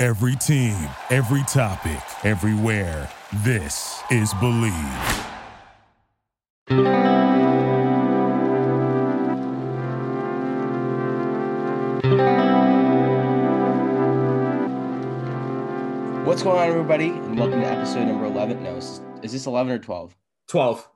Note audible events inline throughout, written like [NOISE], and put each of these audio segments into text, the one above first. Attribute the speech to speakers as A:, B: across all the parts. A: Every team, every topic, everywhere. This is Believe.
B: What's going on, everybody? And welcome to episode number 11. No, is, is this 11 or 12?
C: 12.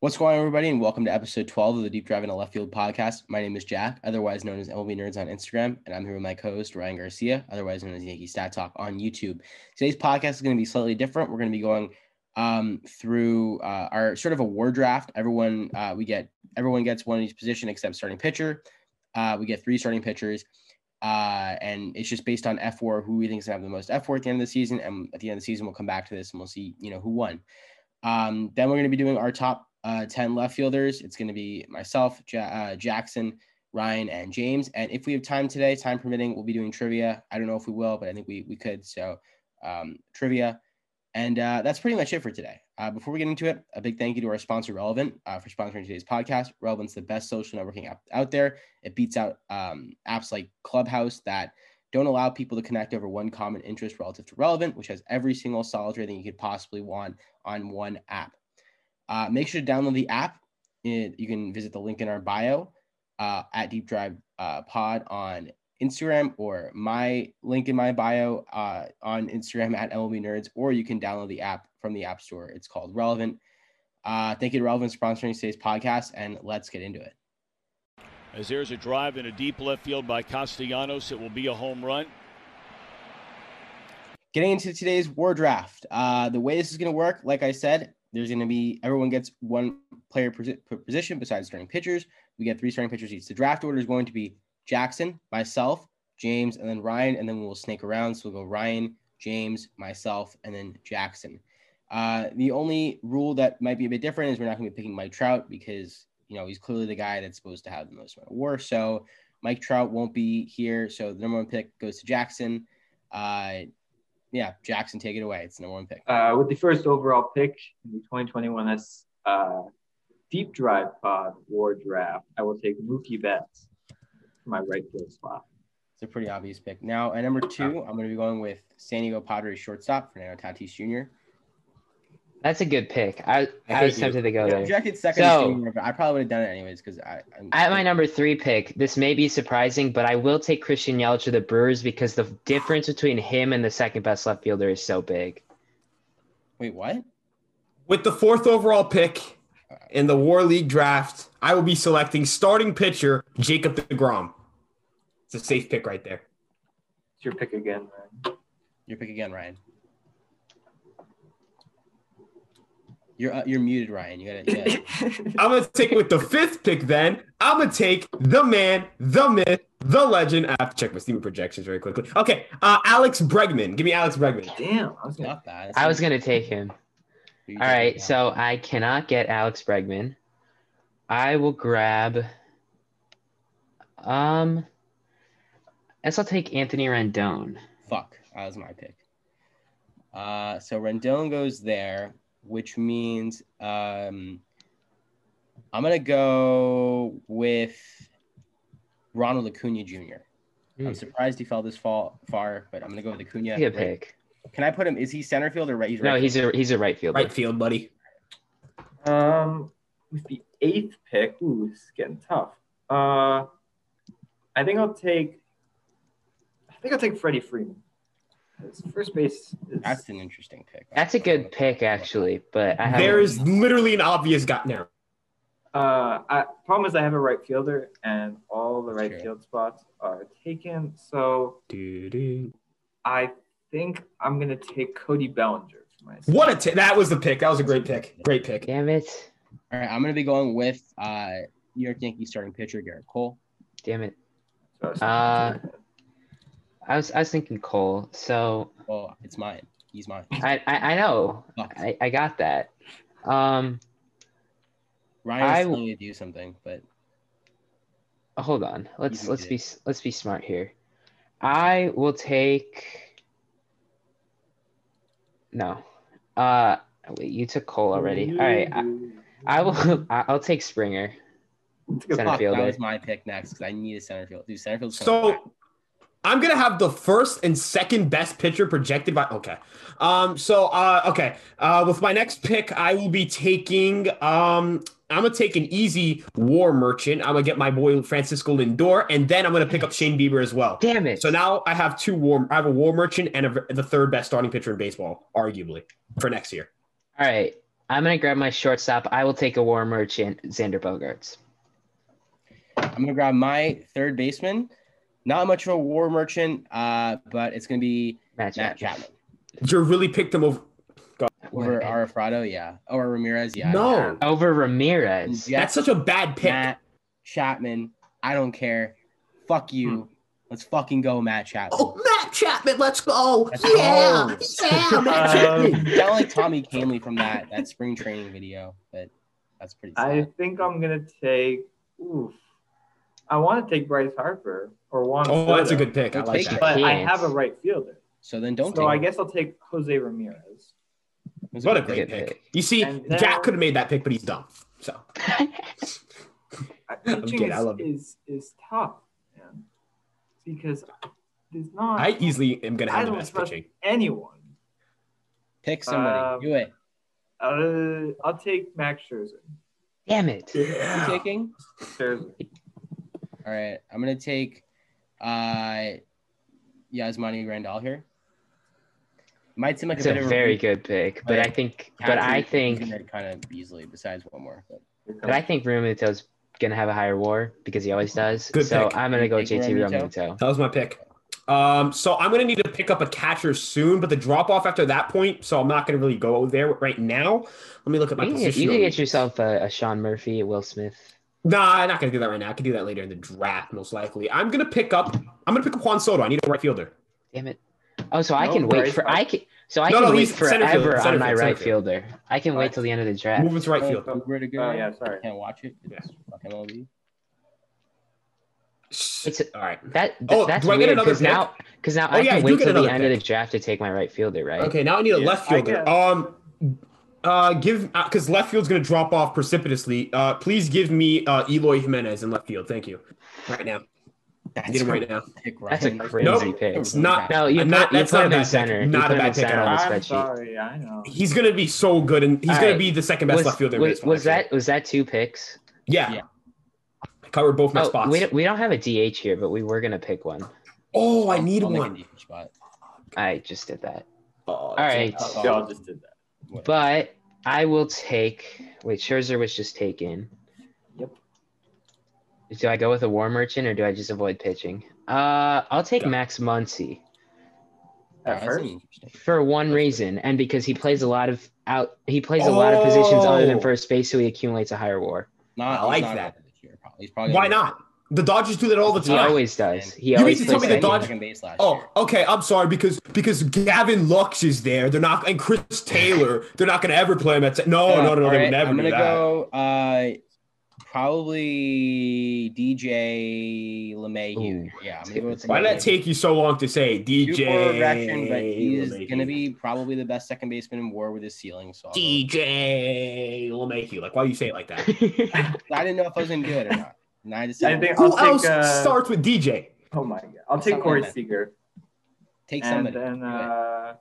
B: What's going on, everybody? And welcome to episode 12 of the Deep Drive in the Left Field podcast. My name is Jack, otherwise known as MLB Nerds on Instagram, and I'm here with my co host, Ryan Garcia, otherwise known as Yankee Stat Talk on YouTube. Today's podcast is going to be slightly different. We're going to be going um, through uh, our sort of award draft. Everyone, uh, we get everyone gets one of each position except starting pitcher. Uh, we get three starting pitchers, uh, and it's just based on F4, who we think is going to have the most F4 at the end of the season. And at the end of the season, we'll come back to this and we'll see, you know, who won. Um, then we're going to be doing our top uh, 10 left fielders. It's going to be myself, ja- uh, Jackson, Ryan, and James. And if we have time today, time permitting, we'll be doing trivia. I don't know if we will, but I think we, we could. So um, trivia. And uh, that's pretty much it for today. Uh, before we get into it, a big thank you to our sponsor, Relevant, uh, for sponsoring today's podcast. Relevant's the best social networking app out there. It beats out um, apps like Clubhouse that don't allow people to connect over one common interest relative to Relevant, which has every single solid rating you could possibly want on one app. Uh, make sure to download the app. It- you can visit the link in our bio uh, at Deep Drive uh, Pod on Instagram or my link in my bio uh, on Instagram at MLB Nerds, or you can download the app from the App Store. It's called Relevant. Uh, thank you to Relevant for sponsoring today's podcast, and let's get into it.
D: As there's a drive in a deep left field by Castellanos, it will be a home run.
B: getting into today's war draft uh, the way this is going to work like i said there's going to be everyone gets one player per per position besides starting pitchers we get three starting pitchers each the draft order is going to be jackson myself james and then ryan and then we'll snake around so we'll go ryan james myself and then jackson uh, the only rule that might be a bit different is we're not going to be picking mike trout because you know he's clearly the guy that's supposed to have the most amount of war so mike trout won't be here so the number one pick goes to jackson uh, yeah, Jackson, take it away. It's the number one pick.
C: Uh, with the first overall pick in the 2021 S, uh, Deep Drive Pod War Draft, I will take Mookie Betts for my right field spot.
B: It's a pretty obvious pick. Now, at number two, I'm going to be going with San Diego Padres shortstop Fernando Tatis Jr.
E: That's a good pick. I,
C: I
E: I,
C: hate
E: was
C: you.
E: tempted to go
C: Yeah.
E: there.
B: Rejected second,
E: So-
B: Jr., but I probably would have done it anyways because I. I'm,
E: At my number three pick, this may be surprising, but I will take Christian Yelich to the Brewers because the difference between him and the second best left fielder is so big.
B: Wait, what?
F: With the fourth overall pick in the War League draft, I will be selecting starting pitcher Jacob DeGrom. It's a safe pick right there.
C: It's your pick again, Ryan.
B: Your pick again, Ryan. You're uh, you're muted, Ryan. You gotta.
E: [COUGHS]
B: Yeah.
F: I'm going to take with the fifth pick then. I'm going to take the man, the myth, the legend. I have to check my Steam projections very quickly. Okay, uh, Alex Bregman. Give me Alex Bregman.
C: [LAUGHS] Damn, I was gonna.
B: Not bad.
E: I was going to take him.
B: Who you
E: All
B: taking
E: right,
B: now?
E: so I cannot get Alex Bregman. I will grab. Um, I guess I'll take Anthony Rendon.
B: Fuck, that was my pick. Uh, so Rendon goes there, which means um, I'm gonna go with Ronald Acuna Jr. I'm
E: Mm.
B: surprised he fell this fall, far, but I'm gonna go with Acuna.
E: Good pick.
B: Can I put him? Is he center field or right? He's
E: No,
B: right
E: he's a he's a right fielder.
F: Right field, buddy.
C: Um, with the eighth pick, ooh, this is getting tough. Uh, I think I'll take. I think I'll take Freddie Freeman. His first base is.
B: That's an interesting pick.
E: That's a good pick actually, but I have
F: There is literally an obvious guy now.
C: Uh, I, problem is I have a right fielder, and all the right
B: Sure.
C: field spots are taken. So I think I'm gonna take Cody Bellinger for my.
F: What a t- that was the pick. That was a great pick. Great pick.
E: Damn it.
B: All right, I'm gonna be going with uh, New York Yankees starting pitcher Garrett Cole.
E: Damn it.
C: So I was-
E: Uh, I was I was thinking Cole, so
B: Well, it's mine. He's mine.
E: I I, I know
B: Fuck.
E: I, I got that. Um, I
B: Ryan's
E: w-
B: telling you to do something, but
E: hold on. Let's
B: You
E: let's
B: did.
E: be s- let's be smart here. I will take. No, uh, wait. You took Cole already. All right. I, I will. [LAUGHS] I- I'll take Springer.
C: It's a good
E: Center
C: pick.
B: fuck, that
E: fielder.
B: was my pick next because I need a center field. Dude, center field's so
F: So I'm gonna have the first and second best pitcher projected by. Okay. Um. So. Uh. Okay. Uh. With my next pick, I will be taking. Um. I'm gonna take an easy war merchant. I'm gonna get my boy Francisco Lindor, and then I'm gonna pick up Shane Bieber as well.
E: Damn it.
F: So now I have two war. I have a war merchant and a, the third best starting pitcher in baseball, arguably, for next year.
E: All right. I'm going to grab my shortstop. I will take a war merchant, Xander Bogarts.
B: I'm gonna grab my third baseman. Not much of a war merchant, uh, but it's gonna be
E: Matt
B: Matt
E: Chapman.
B: Chapman
F: You really picked him over.
B: over Arafrado, yeah, or Ramirez, yeah.
F: no,
E: Over Ramirez.
B: yeah,
F: that's such a bad pick.
B: Matt Chapman. I don't care. Fuck you. Let's fucking go, Matt Chapman.
F: Hmm. Oh, Matt Chapman, let's go!
B: Let's
F: yeah,
B: go.
F: yeah, Matt
C: Um,
F: Chapman.
B: Sound like Tommy Canley from that that spring training video, but that's pretty.
C: I
B: Sad.
C: think I'm gonna take. Oof. I want to take Bryce Harper or
F: [LAUGHS]
C: Juan.
F: Oh, that's a
C: Soto,
F: good pick. I
B: We'll
F: like
B: take
F: that.
C: But I
E: Yes.
C: have a right fielder,
B: so then don't.
C: so
B: take
C: I
B: him.
C: guess I'll take Jose Ramirez.
B: It was
F: What a
B: good
F: great
E: Good
F: pick.
E: pick.
F: You see,
C: And then-
F: Jack could have made that pick, but he's dumb. So
C: I-
F: I'm
C: Pitching
F: kidding,
C: is,
F: I love it.
C: is is tough, man, because there's not.
F: I easily am gonna
C: I
F: have the
C: don't
F: best
C: trust
F: pitching.
C: anyone.
B: Pick somebody.
C: Um,
B: Do it.
C: Uh, I'll take Max Scherzer.
E: Damn it.
B: You
F: Yeah.
B: taking?
C: Scherzer.
B: All right. I'm gonna take, uh, Yasmani Grandal here. Might seem like
E: It's
B: a
E: a
B: bit of
E: very
B: a
E: good pick, but I think, but I think,
B: kind of easily. Besides one more. But.
C: Here
E: but I
C: comes-
E: think Rumito's gonna have a higher WAR because he always does.
F: Good
E: so
F: pick.
E: I'm gonna go
B: You think
E: JT
B: Realmuto?
E: Realmuto.
F: That was my pick. Um, so I'm gonna need to pick up a catcher soon, but the drop off after that point. So I'm not gonna really go there right now. Let me look at my
E: You can, get-
F: position.
E: you can get yourself a, a Sean Murphy, a Will Smith.
F: Nah, I'm not gonna do that right now. I can do that later in the draft, most likely. I'm gonna pick up. I'm gonna pick up Juan Soto. I need a right fielder.
E: Damn it. Oh, so I
C: No,
E: can wait
C: Bryce
E: for
C: Harper.
E: I can so I
F: No,
E: can
F: no,
E: wait
F: he's center fielder,
E: forever
F: center
E: on my
F: field,
E: right
F: center field.
E: fielder. I can wait
C: Alright.
E: till the end of the draft.
F: Moving to right
B: Oh,
F: field.
B: but Where to go?
C: Oh yeah, sorry.
B: Can't watch it. It's fucking MLB.
E: It's a-
F: All right.
E: That, th-
F: Oh,
E: that's
F: do I get
E: weird
F: another
E: because
F: pick?
E: now because now
F: Oh,
E: I
F: yeah, I
E: can
F: do
E: wait
F: get
E: till the
F: another
E: end of
F: pick.
E: the draft to take my right fielder, right?
F: Okay, now I need a
C: Yeah,
F: left
C: I
F: fielder.
C: guess.
F: Um, uh, give because left field's gonna drop off precipitously. Uh, please give me uh Eloy Jimenez in left field. Thank you. Right now, I need
B: That's
F: him right now.
B: Pick
E: That's a
B: Ryan.
E: crazy
F: Nope.
E: pick.
F: It's not-
E: No, you
F: I'm
E: put,
F: not-
E: you
F: that's
E: put
F: not a
E: him
F: bad
E: in
F: pick.
E: center. You
F: Not
E: put
F: a
E: him
F: bad
E: in
F: pick at
E: center
F: all.
E: on the
C: I'm
E: spreadsheet.
C: sorry. I know.
F: He's gonna be so good, and he's
E: All
F: gonna
E: right.
F: be the second best
E: Was,
F: left fielder. in
E: was,
F: baseball
E: was
F: next year.
E: that was that two picks?
F: Yeah.
B: Yeah.
F: I covered both my
E: Oh,
F: spots.
E: we don't, we don't have a DH here, but we were gonna pick one.
F: oh, I
B: I'll-
F: need
B: I'll make a
F: one.
B: decent Spot.
E: I just did that.
F: Oh,
E: All right,
C: Y'all just did that.
B: Whatever.
E: but I will take. Wait, Scherzer was just taken.
C: Yep.
E: Do I go with a war merchant or do I just avoid pitching? Uh, I'll take
F: Yeah.
E: Max Muncy.
C: At
B: That's
C: first,
B: interesting.
E: For one reason, and because he plays a lot of out, he plays a lot of positions other than
F: Oh.
E: first base, so he accumulates a higher WAR.
B: Not,
F: I
B: he's
F: like
B: not
F: that.
B: up This year, probably. He's probably
F: Why
B: gonna be-
F: not? The Dodgers do that all the
E: He
F: time.
E: always does. He
F: You mean
E: always
F: to
E: plays
F: tell me the
E: second.
F: Dodgers-
B: Second base last
F: Oh,
B: year.
F: okay. I'm sorry because because Gavin Lux is there. They're not and Chris Taylor. They're not going to ever play him at. se-
E: Oh,
F: No,
B: Uh,
F: Oh, no, no, no.
B: all
F: They
B: right,
F: would never
B: I'm
F: do
B: gonna
F: that.
B: go. Uh, probably DJ LeMahieu.
E: Ooh.
B: yeah, I'm gonna go with
F: Why did
B: LeMahieu.
F: that take you so long to say,
B: Two
F: DJ?
B: forward direction, but he's
F: LeMahieu?
B: gonna be probably the best second baseman in WAR with his ceiling. So I'll go-
F: DJ LeMahieu. Like, why do you say it like
C: [LAUGHS]
F: that?
B: I didn't know if I was gonna do it or not. And I
C: I
B: decided
C: think
F: Who
C: I'll
F: else
C: take. Uh,
F: starts with DJ?
C: Oh my god! I'll
B: Someone
C: take Corey
B: that-
C: Seager,
B: take
C: and
B: somebody.
C: then
B: Do it.
C: uh,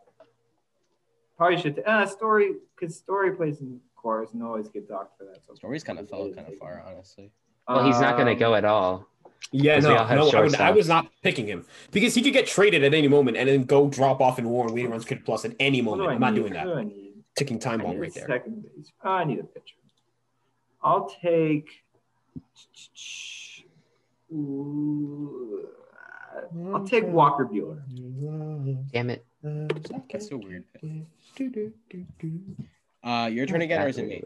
C: probably should uh, Story because Story plays in chorus and always get docked for that. So
B: Story's kind of fell kind of far, honestly.
E: [LAUGHS] well, he's not gonna
C: Um,
E: go at all.
F: Yeah,
E: 'Cause we
F: no,
E: all have
F: no, I, would, I
E: shortstops.
F: was not picking him because he could get traded at any moment and then go drop off in Warren Wade runs could plus at any
C: What do
F: moment.
C: I
F: I'm not
C: need?
F: doing
C: Who
F: that.
C: do I need?
F: Ticking time
C: I
F: bomb
C: need
F: right
C: a
F: there.
C: Second base. Oh, I need a pitcher. I'll take. Ooh, I'll take Walker Bueller.
E: Damn it.
B: That's a weird pick. Uh, your turn again, or is it me?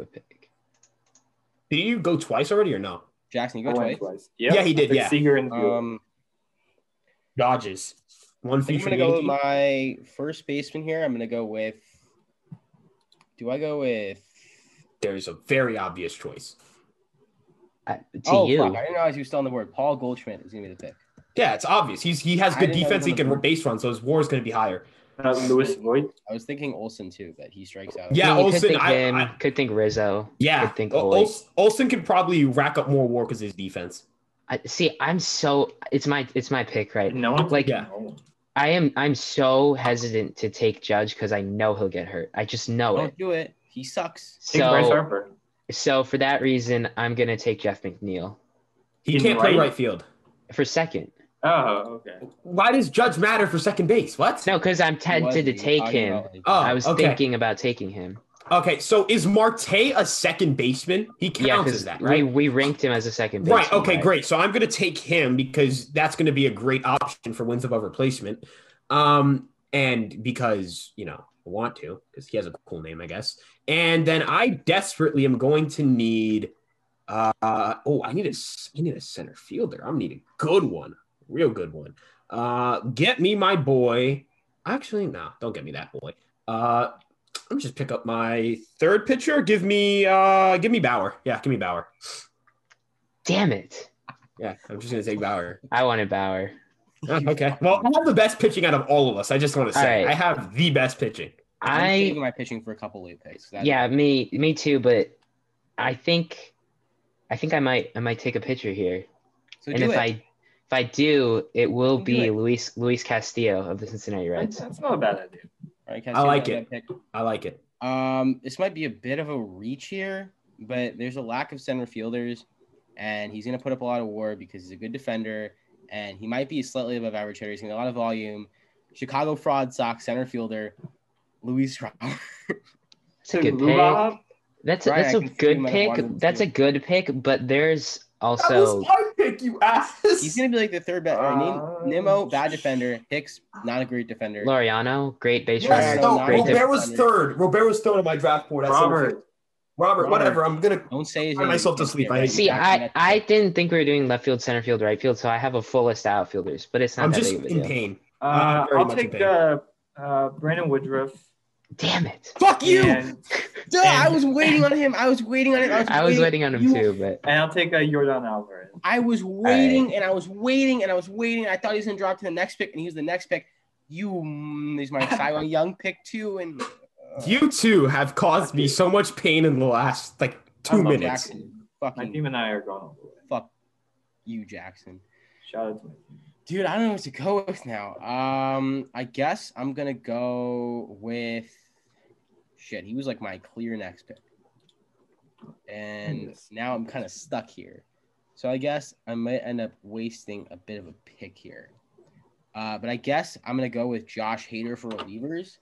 F: Did you go twice already or no?
B: Jackson, you
C: I
B: go
C: went
B: twice.
C: twice. Yep.
F: Yeah, he
C: I
F: did,
C: took
F: yeah.
C: Seager and Bueller.
B: Um,
F: Dodges. One
B: I think I'm
F: future.
B: gonna go with
F: Yankee.
B: my first baseman here. I'm gonna go with. Do I go with?
F: There's a very obvious choice.
E: Uh, to
B: oh
E: you.
B: fuck! I didn't realize you were still on the board. Paul Goldschmidt is gonna be the pick.
F: Yeah, it's obvious. He's he has
B: I
F: good
B: didn't know
F: defense.
B: he
F: He
B: was on the
F: can base run, so his WAR is going to be higher.
C: Uh, Lewis Voigt.
B: I was thinking Olson too, but he strikes out.
E: I
F: Yeah,
E: mean, you could
F: Olsen.
E: think
F: I,
E: him.
F: I-
E: could think Rizzo.
F: yeah,
E: Could think
F: O-
E: Ollie.
F: Ols- Olsen could probably rack up more WAR because his defense.
E: I, see, I'm so it's my it's my pick right.
C: No one's
E: Like-
C: taking Nolan.
E: I am I'm so hesitant to take Judge because I know he'll get hurt. I just know
F: Oh,
B: Don't
E: it.
B: do it. He sucks.
C: Take Bryce
E: So
C: Harper.
E: so for that reason, I'm gonna take Jeff McNeil
F: He
C: In
F: can't play
C: right?
F: right field.
E: for second.
C: Oh, okay.
F: Why does Judge matter for second base? What?
E: No, because I'm tempted
B: Wasn't
E: to
B: he
E: take
B: talking
E: him.
B: about, like,
F: Oh,
E: I was
F: okay.
E: thinking about taking him.
F: Okay, so is Marte a second baseman? He counts
E: Yeah,
F: as
E: because
F: that, right?
E: we, we ranked him as a second baseman.
F: Right. Okay. Great. So I'm going to take him because that's going to be a great option for wins above replacement, um, and because you know I want to because he has a cool name, I guess. And then I desperately am going to need. Uh, oh, I need a s- I need a center fielder. I'm need a good one, real good one. Uh, get me my boy. Actually, no, don't get me that boy. Uh, I'm just pick up my third pitcher. Give me uh, give me Bauer. Yeah, give me Bauer.
E: Damn it.
F: Yeah, I'm just gonna take Bauer. [LAUGHS]
E: I wanted Bauer.
F: okay. Well, I have the best pitching out of all of us. I just want to say
E: All
F: I
E: right.
F: have the best pitching.
B: I'm saving
E: I
B: my pitching for a couple late picks. That-
E: yeah, me me too, but I think I think I might I might take a picture here.
B: So
E: and
B: Oh, do
E: if
B: it. Oh,
E: I if I do, it will
B: Do
E: be
B: it.
E: Luis Luis Castillo of the Cincinnati
C: That's,
E: Reds.
C: that's not a bad idea.
B: All right,
F: I
B: Cassio,
F: like
B: that
F: it.
B: pick.
F: I like it.
B: Um, this might be a bit of a reach here, but there's a lack of center fielders, and he's going to put up a lot of war because he's a good defender, and he might be slightly above average hitter. He's going to get a lot of volume. Chicago Fraud Sox center fielder, Luis Robert.
E: That's a
C: Take
E: good pick.
C: Lulab.
E: That's a,
B: Right,
E: that's
B: I
E: a
B: can see
E: good
B: him at
E: pick.
B: 1
E: That's a
B: too.
E: good pick, but there's also
F: my pick, you ass.
B: [LAUGHS]
F: [LAUGHS]
B: He's going to be like the third best. Right, Nim-
C: Uh,
B: Nimmo, bad defender. Hicks, not a great defender.
E: Loriano, great base
B: Yes,
E: runner.
B: no,
E: great
B: Robert
E: def-
B: defender.
F: third. Robert was third on my draft board. said-
C: Robert.
F: Robert, I'm gonna.
B: Don't say his
F: Cry
B: name.
F: myself to sleep. I hate you.
E: See, I, I didn't think we were doing left field, center field, right field, so I have a full list of outfielders, but it's not
F: I'm
E: that
F: just
E: big of a
F: in
E: deal.
F: pain.
C: Uh,
F: very
C: I'll
F: much a
C: take
F: pick.
C: uh, uh, Brandon Woodruff.
E: Damn it.
F: Fuck
C: And,
B: Duh, I was waiting on him. I was waiting on him. I was,
E: I was waiting on him
B: You-
E: too, but
C: and I'll take uh, Jordan Alvarez.
B: I was waiting and I was waiting and I was waiting. I thought he was gonna drop to the next pick, and he was the next pick. You, mm, he's my Cy Young pick too, and uh,
F: You two have caused me so much pain in the last like 2
C: I'm a
F: minutes.
C: Jackson. My
E: Hmm.
B: fucking
C: team and I are going all the way.
B: fuck you, Jackson.
C: Shout out to my team.
B: Dude, I don't know what to go with now. Um, I guess I'm gonna go with shit. He was like my clear next pick, and
C: Yes.
B: now I'm kind of stuck here. So I guess I might end up wasting a bit of a pick here. Uh, but I guess I'm gonna go with Josh Hader for relievers,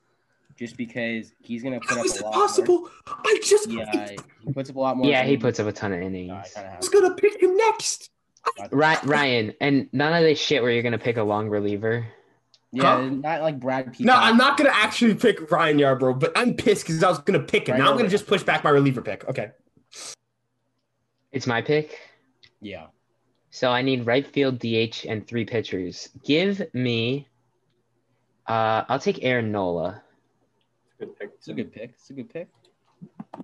B: just because he's gonna put
F: How
B: up
F: is
B: a
F: it
B: lot.
F: possible? I just
B: More. Yeah,
F: I
B: he puts up a lot more.
E: yeah, he
B: innings.
E: puts up a ton of
B: So I
E: innings.
B: kinda have
F: was gonna pick him next.
E: Ry- Ryan, and none of this shit where you're going to pick a long reliever.
B: Yeah, not like Brad Pitt.
F: No, I'm not gonna actually pick Ryan Yarbrough, but I'm pissed because I was gonna pick him.
B: Ryan
F: Now I'm
B: Yarbrough.
F: gonna just push back my reliever pick. Okay.
E: It's my pick.
B: Yeah,
E: So I need right field DH and three pitchers. Give me. Uh, I'll take Aaron Nola.
C: It's a good pick.
B: it's a good pick. It's a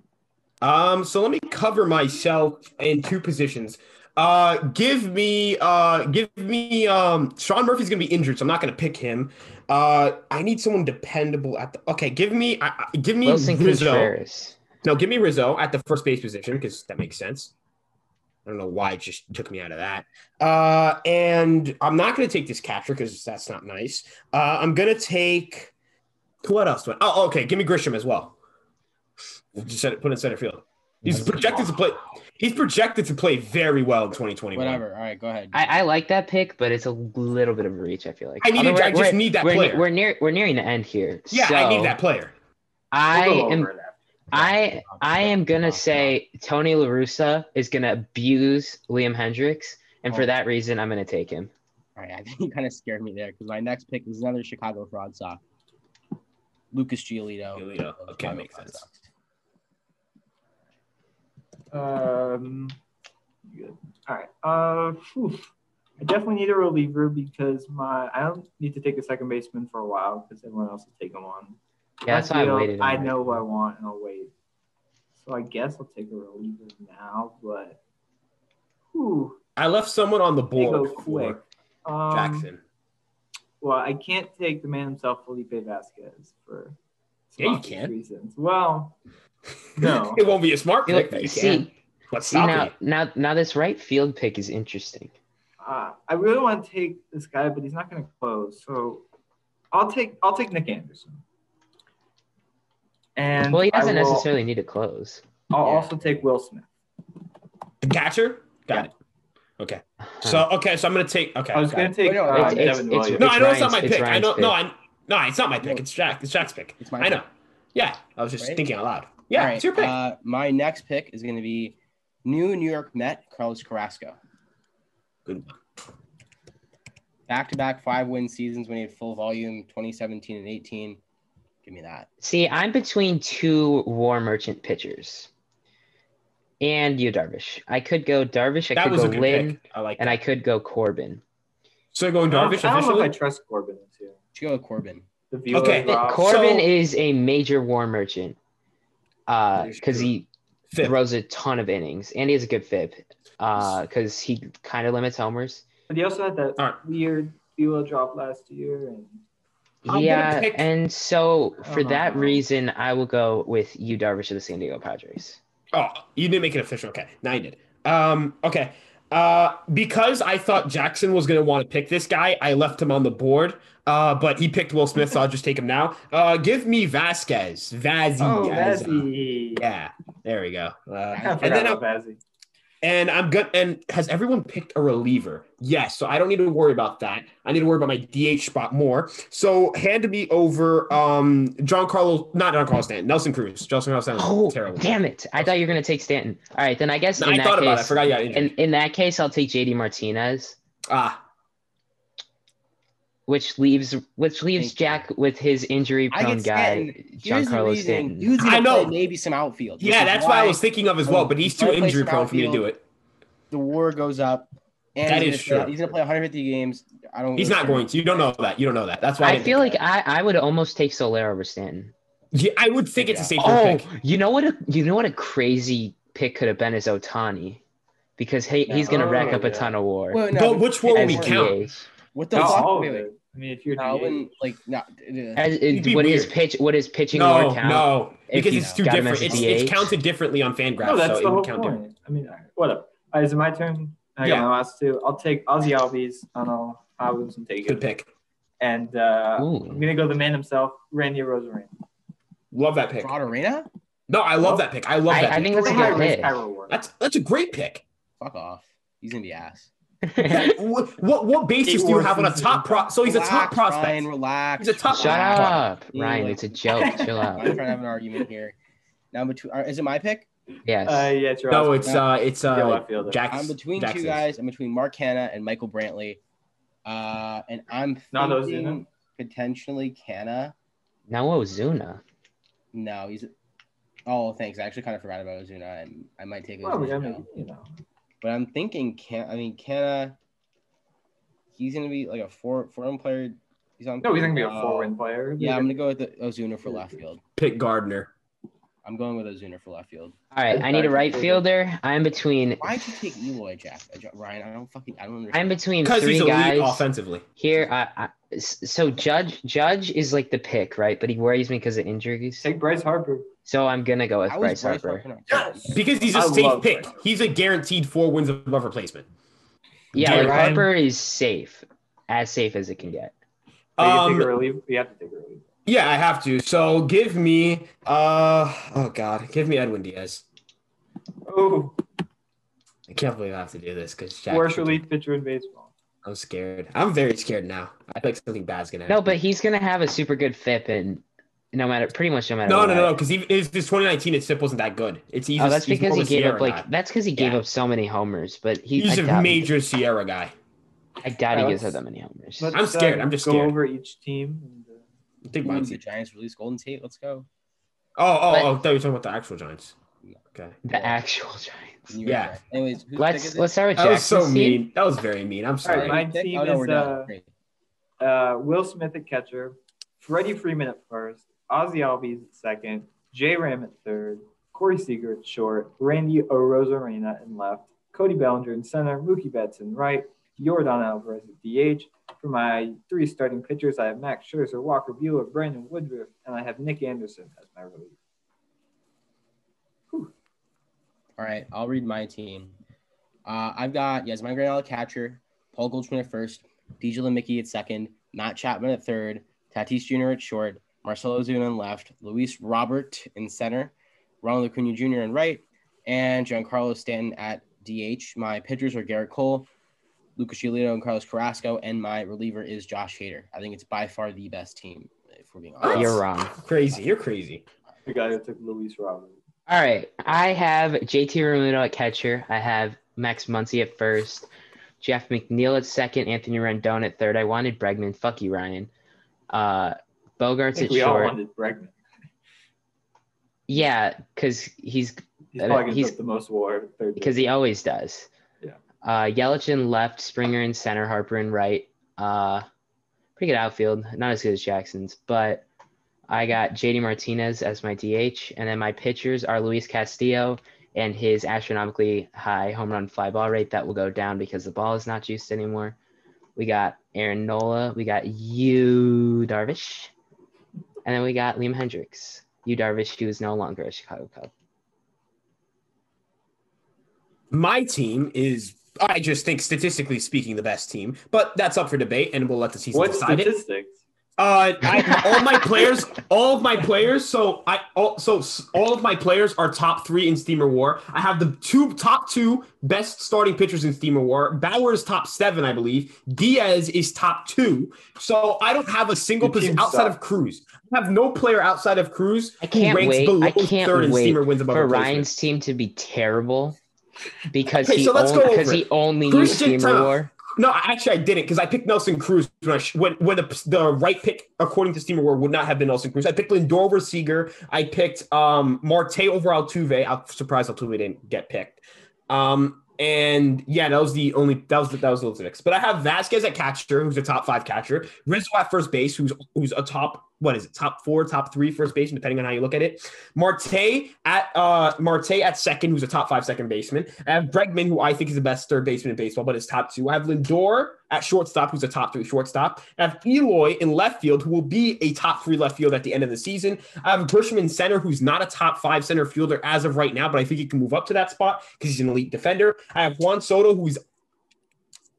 B: good pick.
F: Um, so let me cover myself in two positions. Uh, give me, uh, give me. Um, Sean Murphy's gonna be injured, so I'm not gonna pick him. Uh, I need someone dependable at the. Okay, give me, I, I- give me
E: Wilson
F: Rizzo.
E: Contreras.
F: No, give me Rizzo at the first base position because that makes sense. I don't know why it just took me out of that. Uh, and I'm not going to take this catcher because that's not nice. Uh, I'm going to take what else? do I- Oh, okay. Give me Grisham as well. Just set it, put it in center field. He's projected to play. He's projected to play very well in 2021.
B: Whatever. All right, go ahead.
E: I, I like that pick, but it's a little bit of a reach. I feel like
F: I need.
E: Although
F: it- I
E: we're-
F: just
E: we're-
F: need that
E: we're,
F: player.
E: ne- we're near we're nearing the end here.
F: yeah, I
E: So
F: need that player.
E: I
C: We'll go
E: am
C: over it after.
E: I I am gonna say Tony LaRussa is gonna abuse Liam Hendricks, and for
B: Oh.
E: that reason, I'm gonna take him.
B: All right, I think you kind of scared me there because my next pick is another Chicago Fraud Sox. Lucas Giolito.
F: Giolito,
B: of the
F: okay,
B: Chicago
F: makes
B: Fraud
F: sense.
B: Sox.
C: Um, good. All right. Uh, phew. I definitely need a reliever because my I don't need to take a second baseman for a while because everyone else will take him on.
E: Yeah, that's why I
C: feel-
E: waited. on
C: I
E: that.
C: know who I want and I'll wait. So I guess I'll take a reliever now, but whew,
F: I left someone on the
C: they go
F: board
C: quick.
F: for
C: Um,
F: Jackson.
C: Well, I can't take the man himself, Felipe Vasquez, for some
F: Yeah, you
C: obvious
F: can.
C: reasons.
F: [LAUGHS]
C: Well, no.
F: it won't be a smart
E: See,
F: pick. but you
E: see,
F: can. But
E: see
F: stop
E: now,
F: me.
E: now, now this right field pick is interesting.
C: uh, I really want to take this guy, but he's not going to close. So I'll take I'll take Nick Anderson. And
E: Well, he doesn't
C: I will-
E: necessarily need to close.
C: I'll
B: Yeah.
C: also take Will Smith.
F: Gotcha. Got it. Okay. So okay, so I'm gonna take okay.
C: I was
F: got
C: going
F: it.
C: to take
B: Wait, no,
C: uh,
B: it's-
E: it's-
C: Devin
E: it's-
C: Williams.
F: No, I know it's not
E: Ryan's-
F: my
E: it's
F: pick. I
E: Ryan's
F: know no,
E: pick.
F: I no, it's not my pick. It's Jack. It's Jack's pick.
B: It's my
F: I know.
B: pick.
F: Yeah, I was just
B: Right?
F: thinking out loud. Yeah,
B: All right,
F: it's your pick.
B: Uh, my next pick is going to be new New York Met Carlos Carrasco.
F: Good one.
B: Back to back five win seasons when he had full volume 2017 and 18. Give me that.
E: [LAUGHS] See, I'm between two war merchant pitchers. And you, Darvish. I could go Darvish, I
F: that
E: could
F: was
E: go
F: a good
E: Lynn,
F: pick. I like.
E: and I could go Corbin.
F: so you're going
C: I don't,
F: Darvish
C: I don't know if I
F: officially.
C: trust Corbin this year.
B: Should go with Corbin.
C: The viewer
F: Okay.
C: dropped.
E: Corbin
F: so-
E: is a major war merchant
F: That is
E: because
F: true.
E: he
F: Fifth.
E: throws a ton of innings, and he has a good fib because he kind of limits homers.
C: But he also had that
F: All right.
C: weird viewer drop last year. And
F: I'm gonna
E: yeah,
F: pick- Uh-huh.
E: and so for that
C: Uh.
E: reason, I will go with you, Darvish of the San Diego Padres.
F: Oh, you didn't make it official. Okay, now you did. Um, okay. Uh, because I thought Jackson was gonna want to pick this guy, I left him on the board. Uh, but he picked Will Smith, so I'll just take him now. Uh, give me Vasquez, Vazzy.
C: oh,
F: Gaza.
C: Vazzy.
F: Yeah, there we go. Uh,
C: I forgot
F: and then
C: about Vazzy.
F: And I'm good. And has everyone picked a reliever? Yes. So I don't need to worry about that. I need to worry about my DH spot more. So hand me over um John Carlos, not John Carlos Stanton, Nelson Cruz. Nelson Carlos Stanton.
E: Oh,
F: terrible.
E: damn it! I thought you were gonna take Stanton. All right, then I guess
F: No,
E: in
F: I
E: that
F: thought
E: case,
F: about it. I forgot you got injured.
E: in, in that case, I'll take JD Martinez,
F: ah,
E: which leaves which leaves
B: Thank you.
E: Jack with his
B: I
E: injury-prone
B: get
E: guy,
B: Stanton.
E: John
B: Here's the
E: Carlos
B: reason.
E: Stanton.
B: He was gonna
F: I know.
B: play maybe some outfield. which
F: yeah,
B: is
F: that's what I was thinking of as
E: Oh,
F: well. But he's too
B: Gotta play some
F: injury prone for me to
B: outfield.
F: do it.
B: The war goes up. And
F: That
B: he's
F: is
B: gonna play-
F: true.
B: He's going to play 150 games. I don't.
F: He's
B: really
F: not
B: care.
F: going to. You don't know that. You don't know that. That's why
E: I
F: didn't
E: feel
F: pick
E: like
F: that.
E: I, I would almost take Soler over Stanton.
F: yeah, I would think it's a safer
E: Oh,
F: pick.
E: you know what? A, you know what a crazy pick could have been is Otani, because he, he's gonna
C: Oh,
E: rack up a
C: yeah.
E: ton of WAR.
B: Well, no,
F: But which one will
E: as
F: we
B: As
F: count?
E: DH.
B: What the
C: No,
B: fuck?
C: all
B: Wait,
C: of
B: wait.
C: it. I mean, if you're
B: No, I
C: DH.
B: wouldn't like. No,
E: As uh,
F: It'd be
E: what his
F: weird.
E: pitch? What his pitching
F: No,
E: WAR count?
F: no,
E: if
F: because
E: you
F: it's too
E: got him
F: different.
E: as a
F: It's, it's
E: DH?
F: counted differently on FanGraphs,
C: No,
F: so
C: that's the
F: it
C: whole
F: would count different.
C: point. I mean, all right, whatever. All right, is it my turn? I
F: Yeah.
C: got my last two. I'll take Ozzy Albies on all albums and take
F: Good
C: it.
F: pick.
C: And
F: [LAUGHS]
C: uh, I'm
E: Ooh.
C: gonna go the man himself, Randy Rosarena.
F: Love that pick.
B: Rod Arena?
F: No, I love that pick. I love
E: I-
F: that.
E: I
F: pick.
E: think that's a
C: high
E: good
C: risk,
E: pick.
C: high reward.
F: that's that's a great pick.
B: Fuck off. He's gonna be ass.
F: Yeah, what what what basis do you have on a top pro? So Oh, he's a top
B: Relax, Ryan,
F: prospect.
B: relax.
F: He's a top-
E: Shut
B: Relax.
E: up,
B: Yeah.
E: Ryan. It's a
F: [LAUGHS]
E: joke. Chill
B: I'm trying
E: out.
B: to have an argument here. Now between, are- is it my pick?
E: Yes.
C: Uh, yeah, it's your
F: No,
C: last
F: it's uh, it's
C: pick. Yeah,
F: uh,
C: left fielder.
F: Jack.
B: I'm between
F: Jackson's.
B: two guys. I'm between Mark Hanna and Michael Brantley. Uh, and I'm
C: Not those,
B: thinking potentially Canna.
E: now Ozuna.
B: No, he's. Oh, thanks. I actually kind of forgot about Ozuna. and I might take
C: Well,
B: Ozuna, now.
C: I mean, you know.
B: but I'm thinking Can. I mean Canna. He's gonna be like a four four run player. He's on.
C: No, he's not gonna be a
B: uh,
C: four-win player.
B: Yeah, I'm gonna go with the Ozuna for left field.
F: Pick Gardner.
B: I'm going with Ozuna for left field.
E: All right. I need a right fielder. I'm between.
B: Why'd you take Eloy, Jack? Uh, Jo- Ryan, I don't fucking, I don't understand.
E: I'm between
F: Because
E: three
F: he's elite
E: guys.
F: offensively.
E: Here, I, I, s- so Judge Judge is like the pick, right? But he worries me because of injuries.
C: Take Bryce Harper.
E: So I'm gonna go with
B: How
E: Bryce
B: is
E: Harper.
B: Harper not-
F: Because he's a
C: I
F: safe
C: love
F: pick.
C: Gardner.
F: He's a guaranteed four wins above replacement.
E: Yeah,
F: Dude,
E: like
F: Ryan-
E: Harper is safe, as safe as it can get.
C: Um,
F: Um,
C: take a relief. You have to take a relief.
F: Yeah, I have to. So give me uh oh god, give me Edwin Diaz.
C: Oh,
F: I can't believe I have to do this because Jack.
C: worst relief pitcher in baseball.
F: I'm scared. I'm very scared now. I feel like something bad's gonna happen.
E: No, but he's gonna have a super good FIP, and no matter, pretty much no matter.
F: No,
E: what.
F: no, no, because even his, his 2019 his SIP wasn't that good. It's he's
E: oh,
F: a-
E: that's
F: he's more
E: because he
F: of a
E: gave
F: Sierra
E: up like
F: guy.
E: that's because he gave
F: Yeah.
E: up so many homers, but he
F: he's
E: I
F: a
E: doubt,
F: major Sierra guy.
E: I doubt he
C: Uh,
E: gives up that many homers.
C: Let's,
F: I'm scared.
C: uh,
F: I'm just
C: go
F: scared.
C: over each team. And, uh,
F: I think
B: Ooh,
F: mine's-
B: the Giants release Golden Tate. Let's go.
F: Oh, oh,
E: Mm. But-
F: oh! I thought you were talking about the actual Giants. Okay,
E: The actual [LAUGHS] Giants.
B: New York
F: Yeah.
B: Giants. Anyways, who's
E: Let's let's start with
F: that was so
E: Jackson's team.
F: mean. That was very mean. I'm
C: All
F: sorry.
C: right, my
B: Oh,
C: team is uh, uh, Will Smith at catcher, Freddie Freeman at first, Ozzy Albies at second, Jay Ram at third, Corey Seager at short, Randy Orozarena in left, Cody Bellinger in center, Mookie Betts in right, Jordan Alvarez at DH. For my three starting pitchers, I have Max Scherzer, Walker Bueller, Brandon Woodruff, and I have Nick Anderson as my relief.
B: All right, I'll read my team. Uh, I've got Yasmani Grandal at catcher, Paul Goldschmidt at first, DJ LeMickey at second, Matt Chapman at third, Tatis Jr. at short, Marcelo Zuna in left, Luis Robert in center, Ronald Acuna Jr. in right, and Giancarlo Stanton at DH. My pitchers are Garrett Cole, Lucas Giolito, and Carlos Carrasco, and my reliever is Josh Hader. I think it's by far the best team, if we're being honest.
E: You're wrong.
F: Crazy. You're crazy.
C: The guy who took Luis Robert.
E: All right. I have JT Realmuto at catcher. I have Max Muncy at first. Jeff McNeil at second. Anthony Rendon at third. I wanted Bregman. Fuck you, Ryan. Uh,
C: I
E: Bogarts
C: think
E: at
C: we all
E: short.
C: wanted Bregman.
E: yeah, because he's
C: He's
E: Uh,
C: probably gonna
E: he's-
C: put the most war third.
E: because he always does.
C: Yeah.
E: Uh, Yelich in left, Springer in center, Harper in right. Uh, pretty good outfield. Not as good as Jackson's, but I got JD Martinez as my DH, and then my pitchers are Luis Castillo and his astronomically high home run fly ball rate that will go down because the ball is not juiced anymore. We got Aaron Nola. We got you, Darvish. And then we got Liam Hendricks. You, Darvish, who is no longer a Chicago Cub.
F: My team is, I just think, statistically speaking, the best team, but that's up for debate, and we'll let the season
C: what
F: decide it.
C: statistics?
F: Uh, I, all
E: [LAUGHS]
F: my players, all of my players. So I, all, so s- all of my players are top three in Steamer WAR. I have the two top two best starting pitchers in Steamer WAR. Bauer is top seven, I believe. Diaz is top two. So I don't have a single
C: Your
F: position
C: team
F: outside
C: sucks.
F: of Cruz. I have no player outside of Cruz
E: I can't wait- I can't
F: third in
E: wait
F: Steamer wins above
E: for
F: replacement.
E: Ryan's team to be terrible because
F: Okay,
E: he
F: so let's
E: only,
F: go
E: because
F: over
E: he only knew
F: Christian
E: Steamer
F: Tom.
E: War.
F: No, I- actually, I didn't because I picked Nelson Cruz when I sh- when, when the, the right pick according to Steamer World would not have been Nelson Cruz. I picked Lindor over Seager. I picked um, Marte over Altuve. I'm surprised Altuve didn't get picked. Um, and yeah, that was the only that was the, that was the mix. But I have Vasquez at catcher, who's a top five catcher. Rizzo at first base, who's who's a top what is it, top four, top three first baseman, depending on how you look at it. Marte at uh Marte at second, who's a top five second baseman. I have Bregman, who I think is the best third baseman in baseball, but is top two. I have Lindor at shortstop, who's a top three shortstop. I have Eloy in left field, who will be a top three left field at the end of the season. I have Grisham in center, who's not a top five center fielder as of right now, but I think he can move up to that spot because he's an elite defender. I have Juan Soto, who's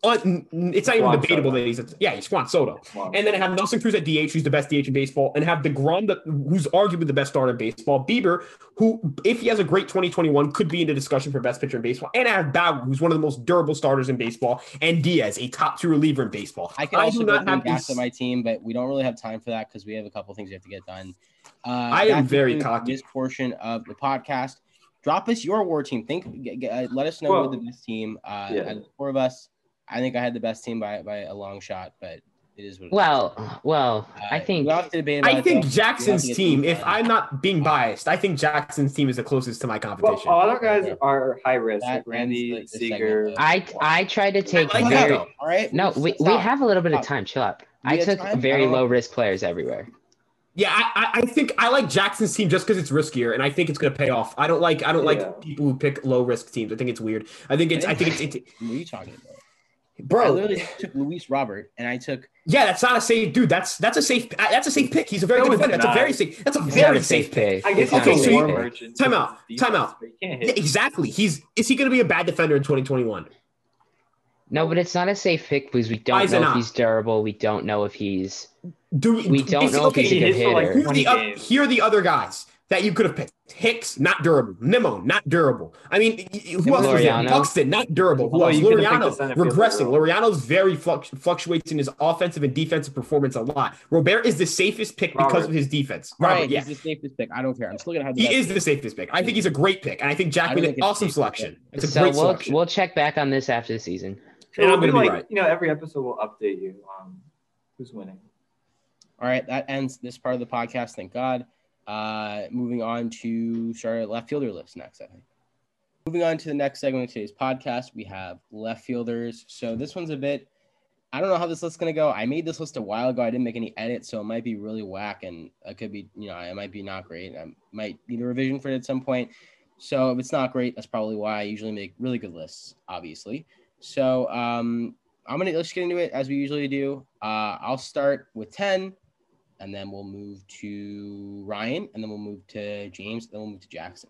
F: un- it's not even
C: Juan
F: debatable
C: Soto.
F: that he's a, yeah, he's Juan Soto.
C: Wow.
F: And then I have Nelson Cruz at DH, who's the best DH in baseball, and have DeGrom, the, who's arguably the best starter in baseball. Bieber, who, if he has a great 2021, could be in the discussion for best pitcher in baseball. And I have Bauer, who's one of the most durable starters in baseball, and Diaz, a top two reliever in baseball.
B: I can also
F: do
B: go through
F: not
B: and
F: have
B: back
F: these.
B: to my team, but we don't really have time for that because we have a couple things we have to get done. Uh,
F: I
B: that
F: am very
B: concludes
F: cocky.
B: This portion of the podcast. Drop us your war team. Think, g- g- uh, let us know
C: Well,
B: who the best team. Uh,
C: yeah.
B: out of the four of us. I think I had the best team by by a long shot, but it is what. it is.
E: Well, well,
B: Uh,
E: I think
B: we'll have to debate about
F: I
B: it,
F: think
B: though.
F: Jackson's
B: We'll have to get
F: team,
B: some
F: if
B: fun.
F: I'm not being biased, I think Jackson's team is the closest to my
C: Well, uh,
F: competition.
C: all our guys
B: Yeah.
C: are high risk.
B: That
C: Like Randy,
B: ends the- the segment,
C: Seager.
B: though.
E: I I tried to take
F: like that,
E: very
F: though.
B: all right.
E: no. We, we
B: Stop.
E: have a little bit of
B: Stop.
E: time. Chill out.
B: We
E: I
B: have
E: took
B: time? I
E: very
B: don't know.
E: low risk players everywhere.
F: Yeah, I, I I think I like Jackson's team just because it's riskier, and I think it's going to pay off. I don't like I don't
C: Yeah.
F: like people who pick low risk teams. I think it's weird. I think it's I think it's, it's
B: What are you talking about? I
F: bro.
B: literally took Luis Robert, and I took
F: Yeah, that's not a safe dude. That's that's a safe uh, that's a safe pick. He's a very
C: No,
F: good
C: it's
F: defender. That's a
C: not.
F: very safe. That's a
E: It's
F: very
E: not a
F: safe pick.
E: pick.
C: I guess
E: It's not
F: okay,
E: a
C: he's
F: so
C: a
E: safe
C: war
F: you-
E: pick.
C: merchant.
F: Time out. Time out.
C: But you can't
F: Yeah,
C: hit.
F: exactly. He's is he going to be a bad defender in 2021?
E: No, but it's not a safe pick because we
F: Why
E: don't
F: is it
E: know if
F: not?
E: he's durable. We don't know if he's.
F: Do
E: We don't
F: is-
E: know if he's a
C: okay,
E: good
C: he's like-
E: hitter.
F: Here are, the oth-
C: 20 games.
F: here are the other guys that you could have picked. Hicks, not durable. Nemo, not durable. I mean, y- y- who else was there?
E: Loriano.
F: Buxton, not durable. Who
C: Oh,
F: else?
C: you could have picked
F: Loriano,
C: the center fielder,
F: regressing.
C: bro.
F: Loriano's very fluct- fluctuates in his offensive and defensive performance a lot. Robert is the safest pick because
C: Robert.
F: of his defense. Robert,
B: Ryan.
F: yeah.
B: He's the safest pick. I don't care. I'm still gonna have. The
F: He
B: best
F: is
B: team.
F: the safest pick. I think he's a great pick. And I think Jackman,
B: think
F: an
B: it's
F: awesome
B: safe.
F: selection. It's a
E: So
F: great
E: we'll
F: selection.
E: we'll check back on this after the season.
C: And
F: And I'm
C: we'll be
F: gonna be
C: like,
F: right.
C: You know, every episode will update you on who's winning.
B: All right, that ends this part of the podcast. Thank God. Uh, moving on to start our left fielder list next. I think. Moving on to the next segment of today's podcast, we have left fielders. So this one's a bit. I don't know how this list's gonna go. I made this list a while ago. I didn't make any edits, so it might be really whack, and it could be, you know, it might be not great. I might need a revision for it at some point. So if it's not great, that's probably why I usually make really good lists, obviously. So um, I'm gonna let's get into it as we usually do. Uh, I'll start with ten, and then we'll move to Ryan, and then we'll move to James, then we'll move to Jackson.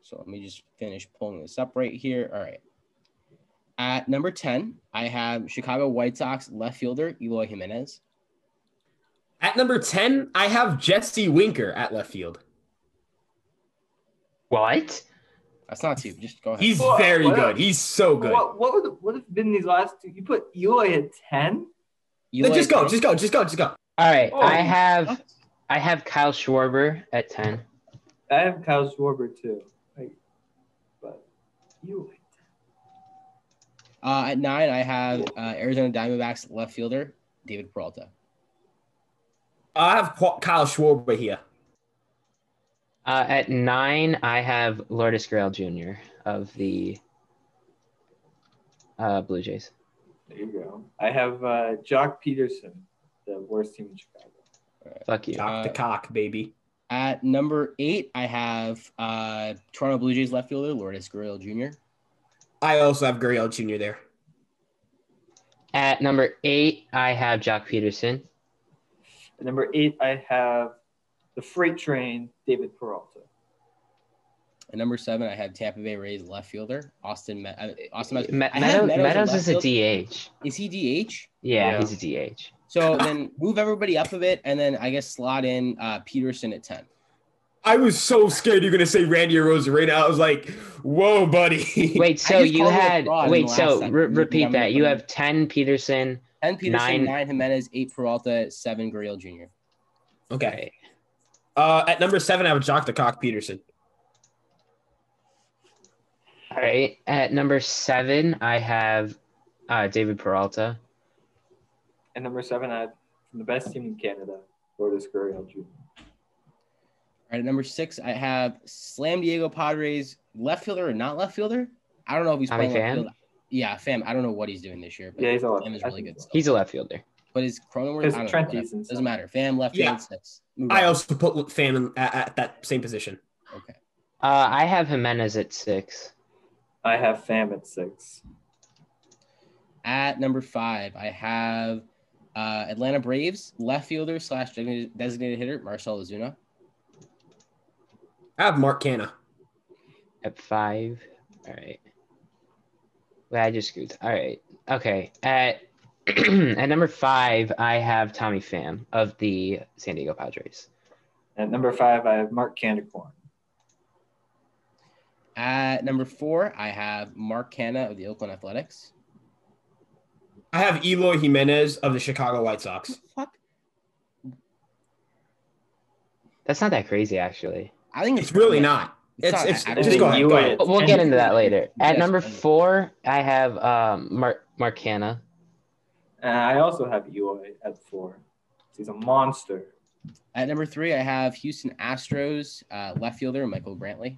B: So let me just finish pulling this up right here. All right. At number 10, I have Chicago White Sox left fielder Eloy Jimenez.
F: At number 10, I have Jesse Winker at left field.
E: What?
B: That's not two. Just go ahead.
F: He's
C: Whoa,
F: very
C: what?
F: good. He's so Oh, good.
C: What what would what have been these last two? You put Eloy at ten.
B: Eloy
F: just go, just go, just go, just go.
E: All right,
C: Oh,
E: I have I have Kyle Schwarber at ten.
C: I have Kyle Schwarber too. Like, but Eloy.
B: Uh, at nine, I have uh, Arizona Diamondbacks left fielder David Peralta.
F: I have Qu- Kyle Schwarber here.
E: Uh, at nine, I have Lourdes Gurriel Jr. of the uh, Blue Jays.
C: There you go. I have uh, Jock Peterson, the worst team in Chicago.
E: Fuck you.
F: Cock the
B: Uh,
F: cock, baby.
B: At number eight, I have uh, Toronto Blue Jays left fielder Lourdes Gurriel Jr.
F: I also have Gurriel Jr. there.
E: At number eight, I have Jock Peterson.
C: At number eight, I have the freight train, David Peralta.
B: At number seven, I have Tampa Bay Rays left fielder Austin Me- uh, Austin Meadows.
E: Me-
B: I
E: Meadow-
B: have
E: Meadows,
B: Meadows at left
E: is a
B: field.
E: DH.
B: Is he DH?
E: Yeah,
F: Yeah.
E: he's a DH.
B: So then move everybody up a bit, and then I guess slot in uh, Peterson at ten.
F: I was so scared you're gonna say Randy Rosarena. I was like, "Whoa, buddy!"
E: Wait, so
B: just
E: you
B: called him a
E: had
B: fraud in
E: wait,
B: the
E: so
B: last
E: re-
B: second.
E: repeat
B: I'm
E: that. You
B: gonna-
E: have ten Peterson.
B: Ten Peterson,
E: Nine.
B: nine, Jimenez, eight Peralta, seven Gurriel Jr.
F: [LAUGHS] okay. Uh, at number seven, I have Jock the Cock Peterson.
E: All right. At number seven, I have uh, David Peralta.
C: And number seven, I have from the best team in Canada, Lourdes Gurriel Jr.
B: All right, at number six, I have Slam Diego Padres left fielder or not left fielder. I don't know if he's
E: Tommy
B: playing left
E: Pham?
B: field. Yeah, fam. I don't know what he's doing this year, but
C: Yeah, he's a lot.
B: Pham is
C: I
B: really
C: think
B: good.
C: so.
B: still.
E: He's a left fielder.
B: but his Cronenworth
C: Because
B: I don't know,
C: Trent
B: whatever.
C: Eason's
B: doesn't
C: not-
B: matter. Fam left
F: Yeah.
B: field six. Move
F: I
B: on.
F: also put Fam in- at, at that same position.
B: okay.
E: Uh, I have Jimenez at six.
C: I have Fam at six.
B: At number five, I have uh, Atlanta Braves left fielder slash designated hitter Marcel Ozuna.
F: I have Mark Canna.
E: At five. All right. Wait, I just screwed. All right. Okay. At [CLEARS THROAT] at number five, I have Tommy Pham of the San Diego Padres.
C: At number five, I have Mark Candicorn.
B: At number four, I have Mark Canna of the Oakland Athletics.
F: I have Eloy Jimenez of the Chicago White Sox.
B: Fuck.
E: That's not that crazy, actually.
B: I think
F: It's really not. It's, it's,
B: I- I
F: just
B: think
F: go ahead.
C: you
F: Go
C: are-
F: ahead.
E: But we'll get into that later. At
B: Yes,
E: number
B: I know.
E: four, I have um, Mark Mark Hanna.
C: And I also have Eloy at four. He's a monster.
B: At number three, I have Houston Astros uh, left fielder Michael Brantley.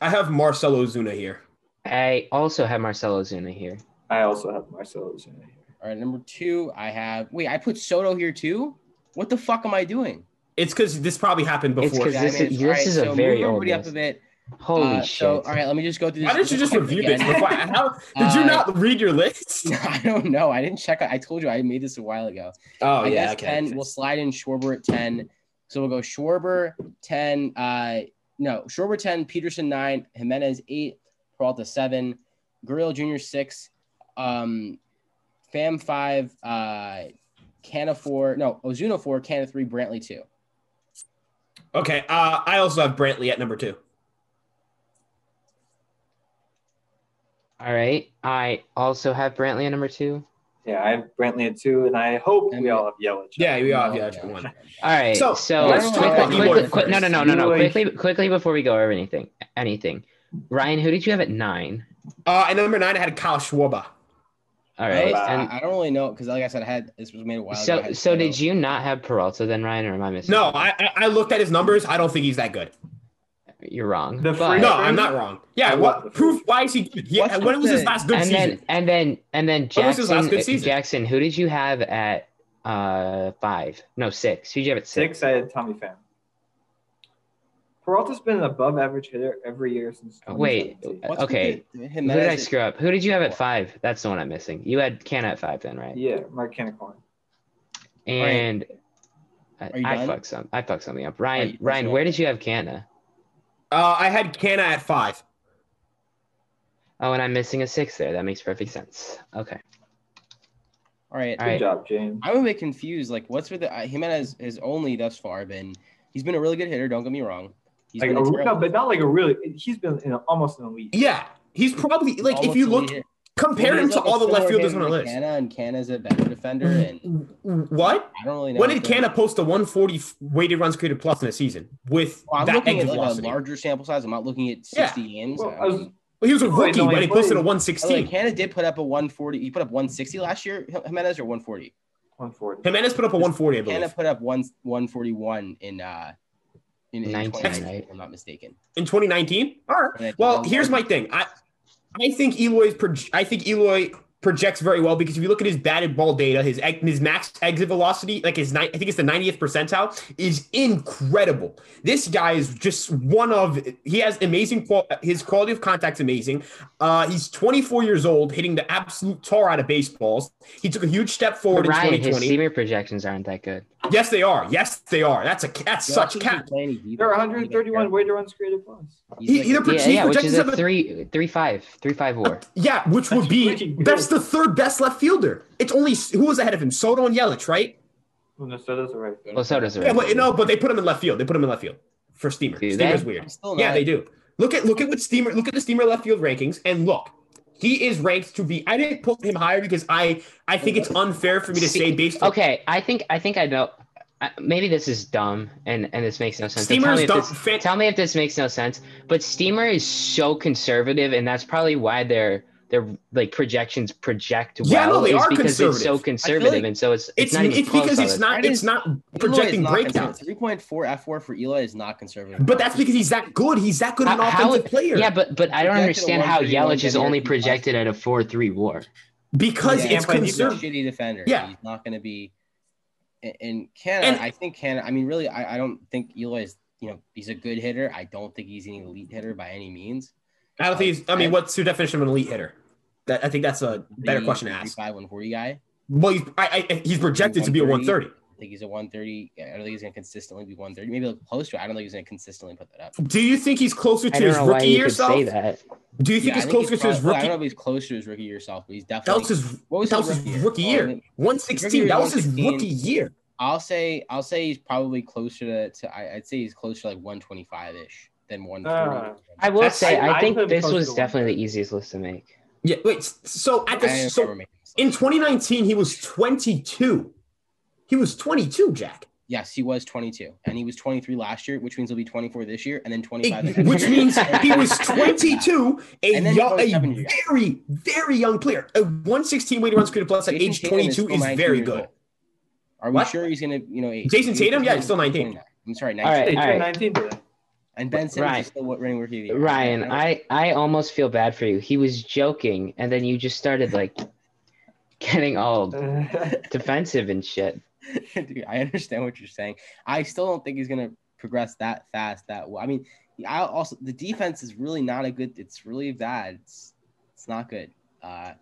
F: I have Marcelo Zuna here.
E: I also have Marcelo Zuna here.
C: I also have Marcelo Zuna here.
B: All right, number two, I have. Wait, I put Soto here too. What the fuck am I doing?
F: It's because this probably happened
E: It's
F: before.
E: 'cause
B: Yeah,
E: this
B: I mean,
E: is-
B: all
E: this is a very
B: move
E: old
B: everybody up
E: list.
B: a bit.
E: Holy
B: Uh,
E: shit!
B: So, all right, let me just go through. This
F: Why didn't you just review this
B: again.
F: before? How, did you
B: Uh,
F: not read
B: [LAUGHS]
F: your list?
B: I don't know. I didn't check. I told you I made this a while ago.
F: Oh
B: I
F: yeah,
B: guess
F: okay.
B: 10. We'll slide in Schwarber at 10. So we'll go Schwarber 10. Uh, no, Schwarber 10, Peterson 9, Jimenez 8, Peralta 7, Gurriel Jr. 6, um, Fam 5, uh, Canna 4, no, Ozuna 4, Canna 3, Brantley 2.
F: Okay. Uh, I also have Brantley at number two.
E: All right. I also have Brantley at number two.
C: Yeah, I have Brantley at two, and I hope
B: And
C: we
B: we-
C: all have Yelich.
F: Yeah, we
B: No,
F: are. Yeah,
B: no.
F: one.
E: All right. So,
F: So,
B: let's
E: quick-
B: talk about
E: quick-
B: Eloy
E: quick- no, no,
F: first.
E: no, no, no.
C: Eloy.
E: Quickly, quickly before we go over anything, anything. Ryan, who did you have at nine?
F: Uh, and number nine, I had Kyle Schwarber.
E: All
B: I
E: right.
B: don't-
E: And
B: I don't really know because, like I said, I had this was made a while ago. I
E: so,
B: had
E: so did you not have Peralta then, Ryan, or am I missing?
F: No,
E: something?
F: I, I- I looked at his numbers. I don't think he's that good.
E: you're wrong.
C: The
E: but-
C: free-
F: No, I'm not wrong. Yeah,
C: I love the
F: what proof? Why is he good? Yeah,
B: What's
F: when was his
B: the-
F: last good
E: and
F: season?
E: then and then and then
F: When was his last
E: Jackson.
F: good season?
E: Jackson, who did you have at uh five? No, six. Who did you have at six?
C: Six, I had Tommy Pham. Peralta's been an above average hitter every year since.
E: Oh, wait.
C: 2017.
B: What's with
E: okay.
B: the-
E: Who did I
B: Jimenez-
E: screw up? Who did you have at five? That's the one I'm missing. You had Canna at five then, right?
C: Yeah, Mark Cannicorn.
E: And
B: Are you
E: I, I
B: done?
E: fucked some. I fucked something up. Ryan,
B: you-
E: Ryan, where did you have Canna?
F: uh, I had Canna at five.
E: Oh, and I'm missing a six there. That makes perfect sense. Okay.
B: All right.
E: All
C: Good
E: right.
C: job, James.
B: I'm a bit confused. Like, what's with the uh, Jimenez has only thus far been? He's been a really good hitter. Don't get me wrong. He's
C: Like a,
B: been a
C: no,
B: terrible-
C: but not like a really. He's been in a, almost an elite.
F: Yeah, he's probably like if
B: almost
F: you
B: elite
F: look
B: hitter.
F: [LAUGHS] compare
B: Well,
F: him
B: he's
F: to
B: like a
F: all the left
B: similar
F: fielders on
B: hitter
F: the
B: to
F: list.
B: Canna and Canna's a better defender, and
F: What?
B: I don't really know.
F: When
B: if
F: did
B: they're-
F: Canna post a 140 weighted runs created plus in a season with
B: Well, I'm
F: that
B: looking at uh,
F: exit
B: like
F: velocity?
B: a larger sample size. I'm not looking at
F: Yeah.
B: 60 games.
C: Well,
B: I
C: I was-
B: mean,
F: Well, he was a
C: Wait,
F: rookie
C: no,
F: when
C: he
F: he posted a
C: played.
B: Although
F: 116.
B: Canada did put up a 140. He put up 160 last year, H- Jimenez, or 140?
C: 140.
F: Jimenez put up a 140, I
B: Canada
F: believe,
B: put up one 141 in uh in, in
E: 19,
B: 2019,
E: right?
B: if I'm not mistaken.
F: in 2019. All right.
B: And I think
F: Well,
B: that
F: here's
B: was-
F: my thing. I I think Eloy's proj- I think Eloy projects very well because if you look at his batted ball data, his ex- his max exit velocity, like his ni- I think it's the 90th percentile, is incredible. This guy is just one of he has amazing qual- his quality of contact's amazing. Uh, he's 24 years old, hitting the absolute tar out of baseballs. He took a huge step forward
E: Ryan,
F: in
E: his
F: 2020.
E: seamer projections aren't that good.
F: yes, they are. Yes, they are. That's a that's
B: Yeah, I
F: such
B: think
F: cap.
B: he's playing his defense.
C: There are 131 weighted runs created plus.
B: He's
F: He,
B: like-
F: he- they're pro-
E: Yeah,
F: he's
E: yeah, which
F: projected
E: is
F: to
E: a
F: have a-
E: three, three five, three five WAR.
F: Yeah, which would
C: pretty
F: be
C: good.
F: that's the third best left fielder. It's only who was ahead of him, Soto and Yelich, right?
C: Well, no, so that's all right.
E: Well, so does
F: Yeah,
E: it.
F: but, no, but they put him in left field. They put him in left field for Steamer.
E: Do
F: Steamer's
E: they?
B: I'm
F: weird.
B: still
F: Yeah,
B: not-
F: they do. Look at look at what Steamer look at the Steamer left field rankings and look. He is ranked to be. I didn't put him higher because I I think it's unfair for me to
E: See,
F: say based on
E: Okay, I think I think I know. I- Maybe this is dumb, and and this makes no sense. So
F: Steamer
E: tell,
F: is
E: me if
F: dumb.
E: this,
F: Fan-
E: tell me if this makes no sense. But Steamer is so conservative, and that's probably why their their like projections project well.
F: Yeah, no, they
E: is
F: are
E: because it's so
F: conservative.
E: conservative,
B: like
E: and so it's it's,
F: it's
E: not even
F: it's
E: close
F: because
E: all
F: it's
E: the
F: not
B: That
F: it's
B: is-
F: not
B: Eloy is
F: projecting
B: not
F: breakdown.
B: conservative. 3.4 F4 for Eloy is not conservative.
F: But that's because he's that good. He's that good an
E: How- how-
F: offensive player.
E: Yeah, but but I don't
B: Projected
E: understand how
B: 131
E: Yelich is
B: WRC+.
E: only projected at a four three WAR.
F: because
B: Yeah,
F: it's
B: but
C: Anthony
B: he's a
F: conservative.
B: shitty defender.
F: Yeah.
B: he's not going to be. And- And Canada,
F: And-
B: I think Canada. I mean, really, I, I don't think Eloy is. You know, he's a good hitter. I don't think he's an elite hitter by any means.
F: I don't think he's. I mean, what's your definition of an elite hitter? That I think that's a better question to ask.
B: Five one forty guy.
F: Well, he's, I, I, he's projected to be a
B: 130.
F: 130.
B: I think he's a one thirty. I don't think he's going to consistently be one thirty. Maybe look close to. it. I don't think he's going to consistently put that up.
F: Do you think he's closer
E: I
F: to
E: don't
F: his
E: know why
F: rookie
E: you
F: year
E: could
F: self?
E: say that.
F: Do you
B: Yeah,
F: think
B: I
F: he's
B: think
F: closer to
B: prob-
F: his
B: well, I don't know
F: rookie?
B: if he's close to his rookie year self, but he's
F: That
B: definitely.
F: was his.
B: What was
F: That
B: his
F: was his
B: rookie year?
F: rookie
B: Oh,
F: year.
B: I mean,
F: 116. That was his rookie year.
B: I'll say I'll say he's probably closer to, to I, I'd say he's closer to like 125 ish than 140.
E: I will
F: That's-
E: say
C: I-
E: I,
C: I
E: think
C: put him
E: this
C: close
E: was
C: to one.
E: definitely the easiest list to make.
F: Yeah. Wait. s- So at
B: I don't
F: the so
B: remember making this
F: in
B: list.
F: 2019 he was 22. He was 22, Jack.
B: yes, he was 22, and he was 23 last year, which means he'll be 24 this year, and then 25. the
F: It-
B: next
F: which
B: year.
F: means
B: [LAUGHS]
F: he was 22, a,
B: And then he
F: young,
B: was seven
F: a
B: years.
F: very, very young player. A 116 weighted runs created plus at
B: Jason
F: age
B: Tatum
F: 22
B: still
F: is
B: 19
F: very
B: years
F: good.
B: old. Are we
F: What?
B: sure he's gonna, you know, age?
F: Jason
B: He's-
F: Tatum? Yeah, he's
B: he's
F: still 19.
B: 29. I'm sorry, 19.
E: All right,
C: They
E: all
C: turned
E: right.
C: 19 today.
B: And Ben Simmons
E: Ryan.
B: is still running rookie of the year. [LAUGHS]
E: Ryan, I I almost feel bad for you. He was joking, and then you just started like getting all defensive and shit.
B: Dude, I understand what you're saying. I still don't think he's gonna progress that fast. That well, I mean, I also the defense is really not a good. It's really bad. It's it's not good. Uh,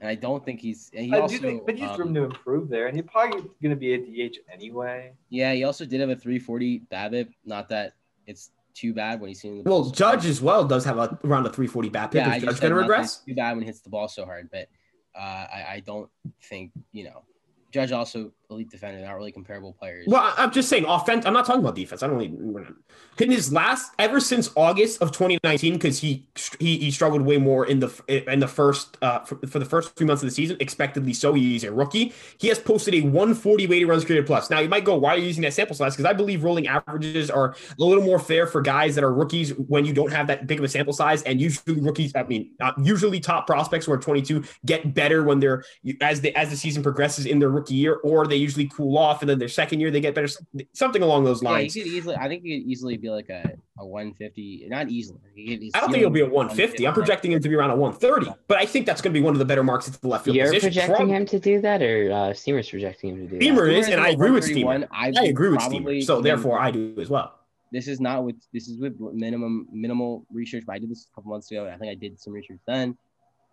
B: and I don't think he's. And [LAUGHS] he
C: [LAUGHS] I
B: also,
C: do think, but he's
B: um,
C: room to improve there, and he's probably going to be a DH anyway.
B: yeah, he also did have a 340 BABIP. Not that it's too bad when he's seeing the
F: Well,
B: ball so
F: Judge
B: hard.
F: as well does have a around a 340 bat pick.
B: Yeah, I
F: is
B: just
F: Judge
B: said
F: going to
B: not that
F: regress?
B: it's Too bad when he hits the ball so hard, but uh, I, I don't think you know. Judge also elite defender, not really comparable players.
F: Well, I- I'm just saying offense. I'm not talking about defense. I don't really. we're not- In his last, ever since August of 2019, because he, he he struggled way more in the in the first uh for, for the first few months of the season. Expectedly so, he's a rookie. He has posted a 140 weighted runs created plus. Now you might go, why are you using that sample size? Because I believe rolling averages are a little more fair for guys that are rookies when you don't have that big of a sample size. And usually rookies, I mean, uh, usually top prospects who are 22 get better when they're as the as the season progresses in their rookie year, or they usually cool off and then their second year they get better. Something along those
B: Yeah, he
F: lines.
B: could easily. I think he could easily be like a, a 150. Not easily. He could- he's
F: I don't think it'll be a
B: ceiling
F: 150. I'm projecting him to be around a 130, but I think that's going to be one of the better marks at the left field
E: You're
F: position.
E: projecting
F: Probably-
E: him to do that, or uh, Steamer's projecting him to do
F: Steamer
E: that.
F: is, and I agree with Steamer.
B: 131. I,
F: I agree with Steamer,
B: probably-
F: so therefore I do as well.
B: this is not with this is with minimum minimal research. But I did this a couple months ago, and I think I did some research then.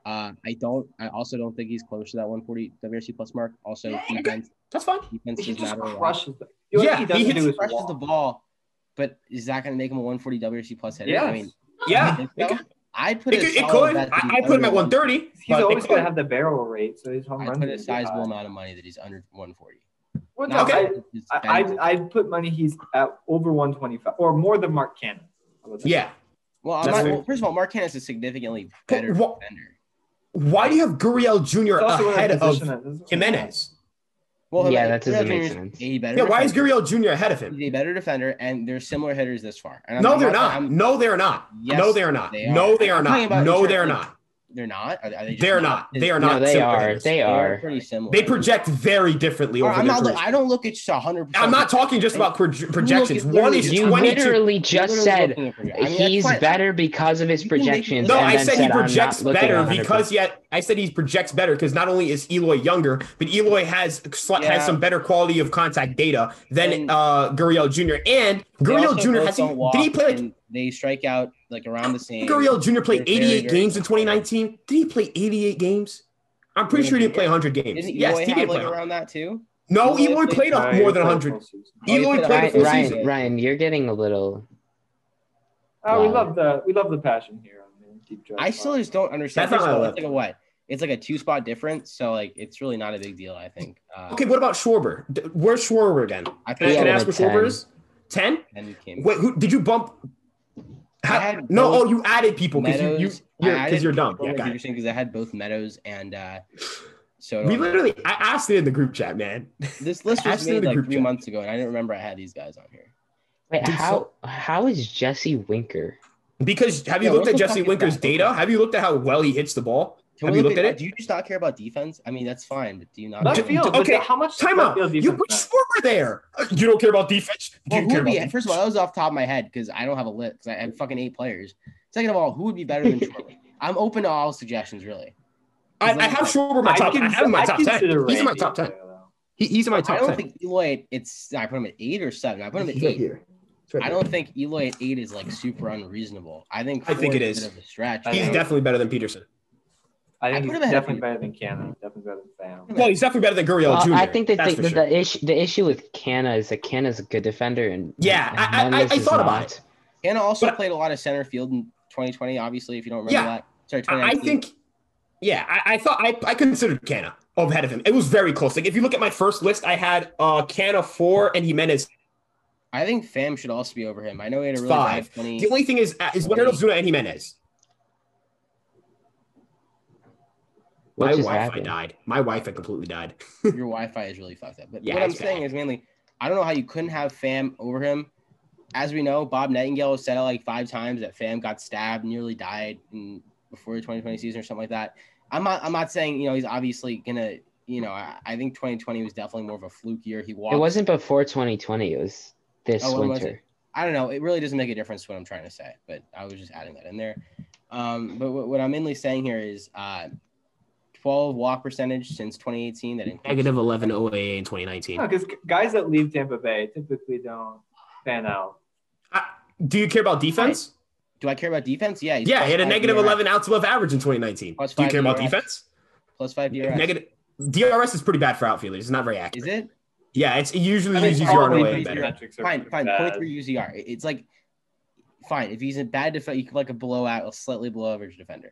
B: Uh, I don't. I also don't think he's close to that 140 WRC plus mark. Also,
F: Yeah, okay.
B: defense,
F: That's fine.
B: defense
C: He
B: is
C: just
B: not really
C: crushes. The, the only
F: Yeah,
C: thing
F: he
C: he doesn't
F: hits-
C: do
B: he
C: is
B: crushes
C: walk.
B: the ball, but is that going to make him a 140 WRC plus hitter?
C: Yeah.
B: I mean,
F: Yeah.
B: I think so. I put
F: It,
B: a
F: could- it
B: solid
F: could.
B: bet that
F: I, I
B: he's
F: put him at
B: under-
F: 130.
C: He's
F: but it
C: always
F: could.
C: going to have the barrel rate, so his home
B: I
C: run
B: put a
C: rate is
B: sizable
C: high.
B: amount of money that he's under 140.
C: Well, no,
B: Not
F: Okay.
C: I-
B: that it's
C: I,
B: bad.
C: I, I put money he's at over 125 or more than Mark Cannon. How about that?
F: Yeah.
B: well, I'm
F: That's
B: not,
F: fair.
B: well, first of all, Mark Cannon is a significantly
F: But
B: better
F: what-
B: defender.
F: Why do you have Gurriel Jr.
C: He's also in
F: ahead
C: a
F: of
C: position that doesn't-
F: Jimenez?
B: Well,
E: Yeah,
B: like,
E: that doesn't
B: Ronaldinho
E: make
B: is
E: sense.
B: A better
F: Yeah, why is
B: defender.
F: Gurriel Jr. ahead of him?
B: He's a better defender, and there's similar hitters this far. And I'm-
F: No,
B: I'm
F: they're not.
B: I'm-
F: no, they're not.
B: Yes,
F: no, they're not.
B: they
F: No,
B: are.
F: they are
B: I'm talking
F: not.
B: about
F: No,
B: in
F: they're
B: terms of-
F: not.
B: they're not. Are, are they just
F: They're not. They are
E: No,
F: not.
E: they
F: similar
E: are.
F: hitters.
E: They
B: They're
E: are.
B: pretty similar.
F: They project very differently
B: Or
F: over
B: I'm
F: their
B: not. Look,
F: careers.
B: I don't look at 100. percent
F: I'm not talking just about proj- projections.
B: Look at
F: One is
B: literally-
E: You
F: 22.
E: literally just said he's better because of his
B: You can make-
E: projections.
F: No,
E: and
F: I
E: then
F: said he
E: "I'm not
F: projects
E: looking
F: better
E: 100%."
F: because yet I said he projects better because not only is Eloy younger, but Eloy has sl-
B: Yeah.
F: has some better quality of contact data than
B: And-
F: uh Gurriel Jr. And Gurriel Jr. has he, did he play like
B: and they strike out like around the same.
F: Gurriel Jr. played
B: They're very,
F: 88
B: very
F: games in 2019? Did he play 88 games? I'm pretty
B: Yeah,
F: sure he
B: he
F: didn't play 100 games.
B: Didn't
F: Yes,
B: Eloy
F: he
B: have
F: did
B: like
F: play. 100.
B: around that too?
F: No,
B: Eloy
F: Eloy
B: played-
F: played
C: No,
F: up
C: he
F: more than
C: played
F: 100.
C: full season.
B: Oh, he
F: Eloy
B: played
F: played a
B: around-
F: full
E: Ryan,
F: season.
E: Ryan, Ryan, you're getting a little.
C: Oh, we
E: Wow.
C: love the we love the passion here on the deep drive.
B: I still just don't understand.
F: That's
B: First
F: not
B: of all,
F: my
B: it's like a what? It's like a two spot difference, so like it's really not a big deal. I think. Uh,
F: Okay, what about Schwarber? D- Where's Schwarber again?
B: I
F: Can I,
B: think
F: can I
E: Yeah,
F: ask what
E: like
F: Schwarber
E: 10.
F: is? 10?
B: and Kim.
F: Wait, who did you bump? How-
B: had
F: no,
B: both
F: oh, you added people because you you
B: Meadows.
F: you're,
B: I
F: cause
B: added
F: you're dumb.
B: Schwarber
F: Yeah,
B: was
F: got it.
B: interesting because I had both Meadows and uh, so
F: We literally, I asked it in the group chat, man.
B: this list
F: I
B: was
F: asked in
B: made
F: the
B: like
F: group
B: three
F: chat.
B: months ago, and I didn't remember I had these guys on here.
E: Wait,
F: Dude,
E: how how is Jesse Winker?
F: Because have you
B: Yeah,
F: looked
B: what
F: at
B: the fuck
F: Jesse
B: is
F: Winker's
B: that?
F: data? Have you looked at how well he hits the ball?
B: Can
F: Have
B: we
F: you
B: look
F: looked at it?
B: Do you just not care about defense? I mean, that's fine, but do you not?
C: left
B: care-
C: field.
F: okay,
C: Okay, how much
F: Time
C: left
F: out.
C: field
F: You
C: defense
F: put
C: now?
F: Schwarber there. Uh, You don't care about defense. Do
B: Well,
F: you
B: who
F: care
B: would
F: about
B: be?
F: defense?
B: First of all, that was off the top of my head because I don't have a list because I had fucking eight players. Second of all, who would be better
F: [LAUGHS]
B: than Schwarber? I'm open to all suggestions, really.
F: I, I have Schwarber in my top. I
C: cons-
F: have him in my
C: I'd
F: top ten.
C: consider
F: He's in my
C: Randy
F: top ten.
C: there, though.
F: He- he's in my
B: I
F: top
B: don't
F: ten.
B: think Eloy. It's I put him at eight or seven. I put him at
F: He's right
B: eight.
F: here. He's right
B: I
F: here.
B: don't think Eloy at eight is like super unreasonable. I think
F: I think
B: four
F: it
B: a
F: is.
B: bit of a stretch.
C: I
B: you
F: He's
B: know?
C: don't-
F: definitely better than Peterson.
C: I think
B: I
C: he's
B: put him ahead of
C: definitely
B: you.
C: better than Cannon. Definitely better than Fam.
F: No, he's definitely better than Gurriel
E: Well,
F: Jr.
E: I think the,
F: That's
E: thing
F: for
E: the,
F: sure.
E: the issue the issue with Canna is that Canna's a good defender and
F: Yeah,
E: and
F: I- I-
E: Mendes
F: I
E: is
F: thought about
E: not.
F: it.
B: Hannah also
F: But I-
B: played a lot of center field in 2020. Obviously, if you don't remember
F: Yeah.
B: that, sorry,
F: I I
B: 2019.
F: think, yeah, I, I thought I, I considered Canna ahead of him. It was very close. Like if you look at my first list, I had uh Canna four and Jimenez
B: I think Fam should also be over him. I know he had a really
F: five.
B: bad 20.
F: The only thing is uh, is Leonard Ozuna and Jimenez.
E: What
F: my
E: just
F: Wi-Fi
E: happened?
F: died. My Wi-Fi completely died.
B: Your Wi-Fi is really fucked up. But
F: Yeah,
B: what I'm
F: it's
B: saying
F: bad.
B: is mainly, I don't know how you couldn't have Fam over him. As we know, Bob Nightingale said it like five times that Fam got stabbed, nearly died in, before the 2020 season or something like that. I'm not. I'm not saying you know he's obviously gonna. You know, I, I think 2020 was definitely more of a fluke year. He walked.
E: It wasn't before 2020. It was this
B: Oh, when was
E: winter.
B: I don't know. It really doesn't make a difference what I'm trying to say, but I was just adding that in there. Um, but what, what I'm mainly saying here is uh, 12 walk percentage since 2018. That includes
F: Negative eleven OAA in 2019.
C: No, because guys that leave Tampa Bay typically don't fan out.
F: Do you care about defense?
B: Do I care about defense? Yeah. he's
F: Yeah,
B: plus
F: he had a
B: five E
F: negative
B: DRS,
F: 11 outs above average in 2019.
B: Plus
F: Do you
B: five
F: care about
B: DRS.
F: defense?
B: Plus five DRS.
F: Negative DRS is pretty bad for outfielders. It's not very
B: Is
F: accurate.
B: it?
F: Yeah, it's it usually
B: I mean,
F: uses
B: all
F: your
B: the
F: OAA
B: reasons
F: better.
B: you're- Fine, fine. 0.3 UZR. It- E It's like, fine. If he's a bad defender, you could like a blowout, a slightly below average defender.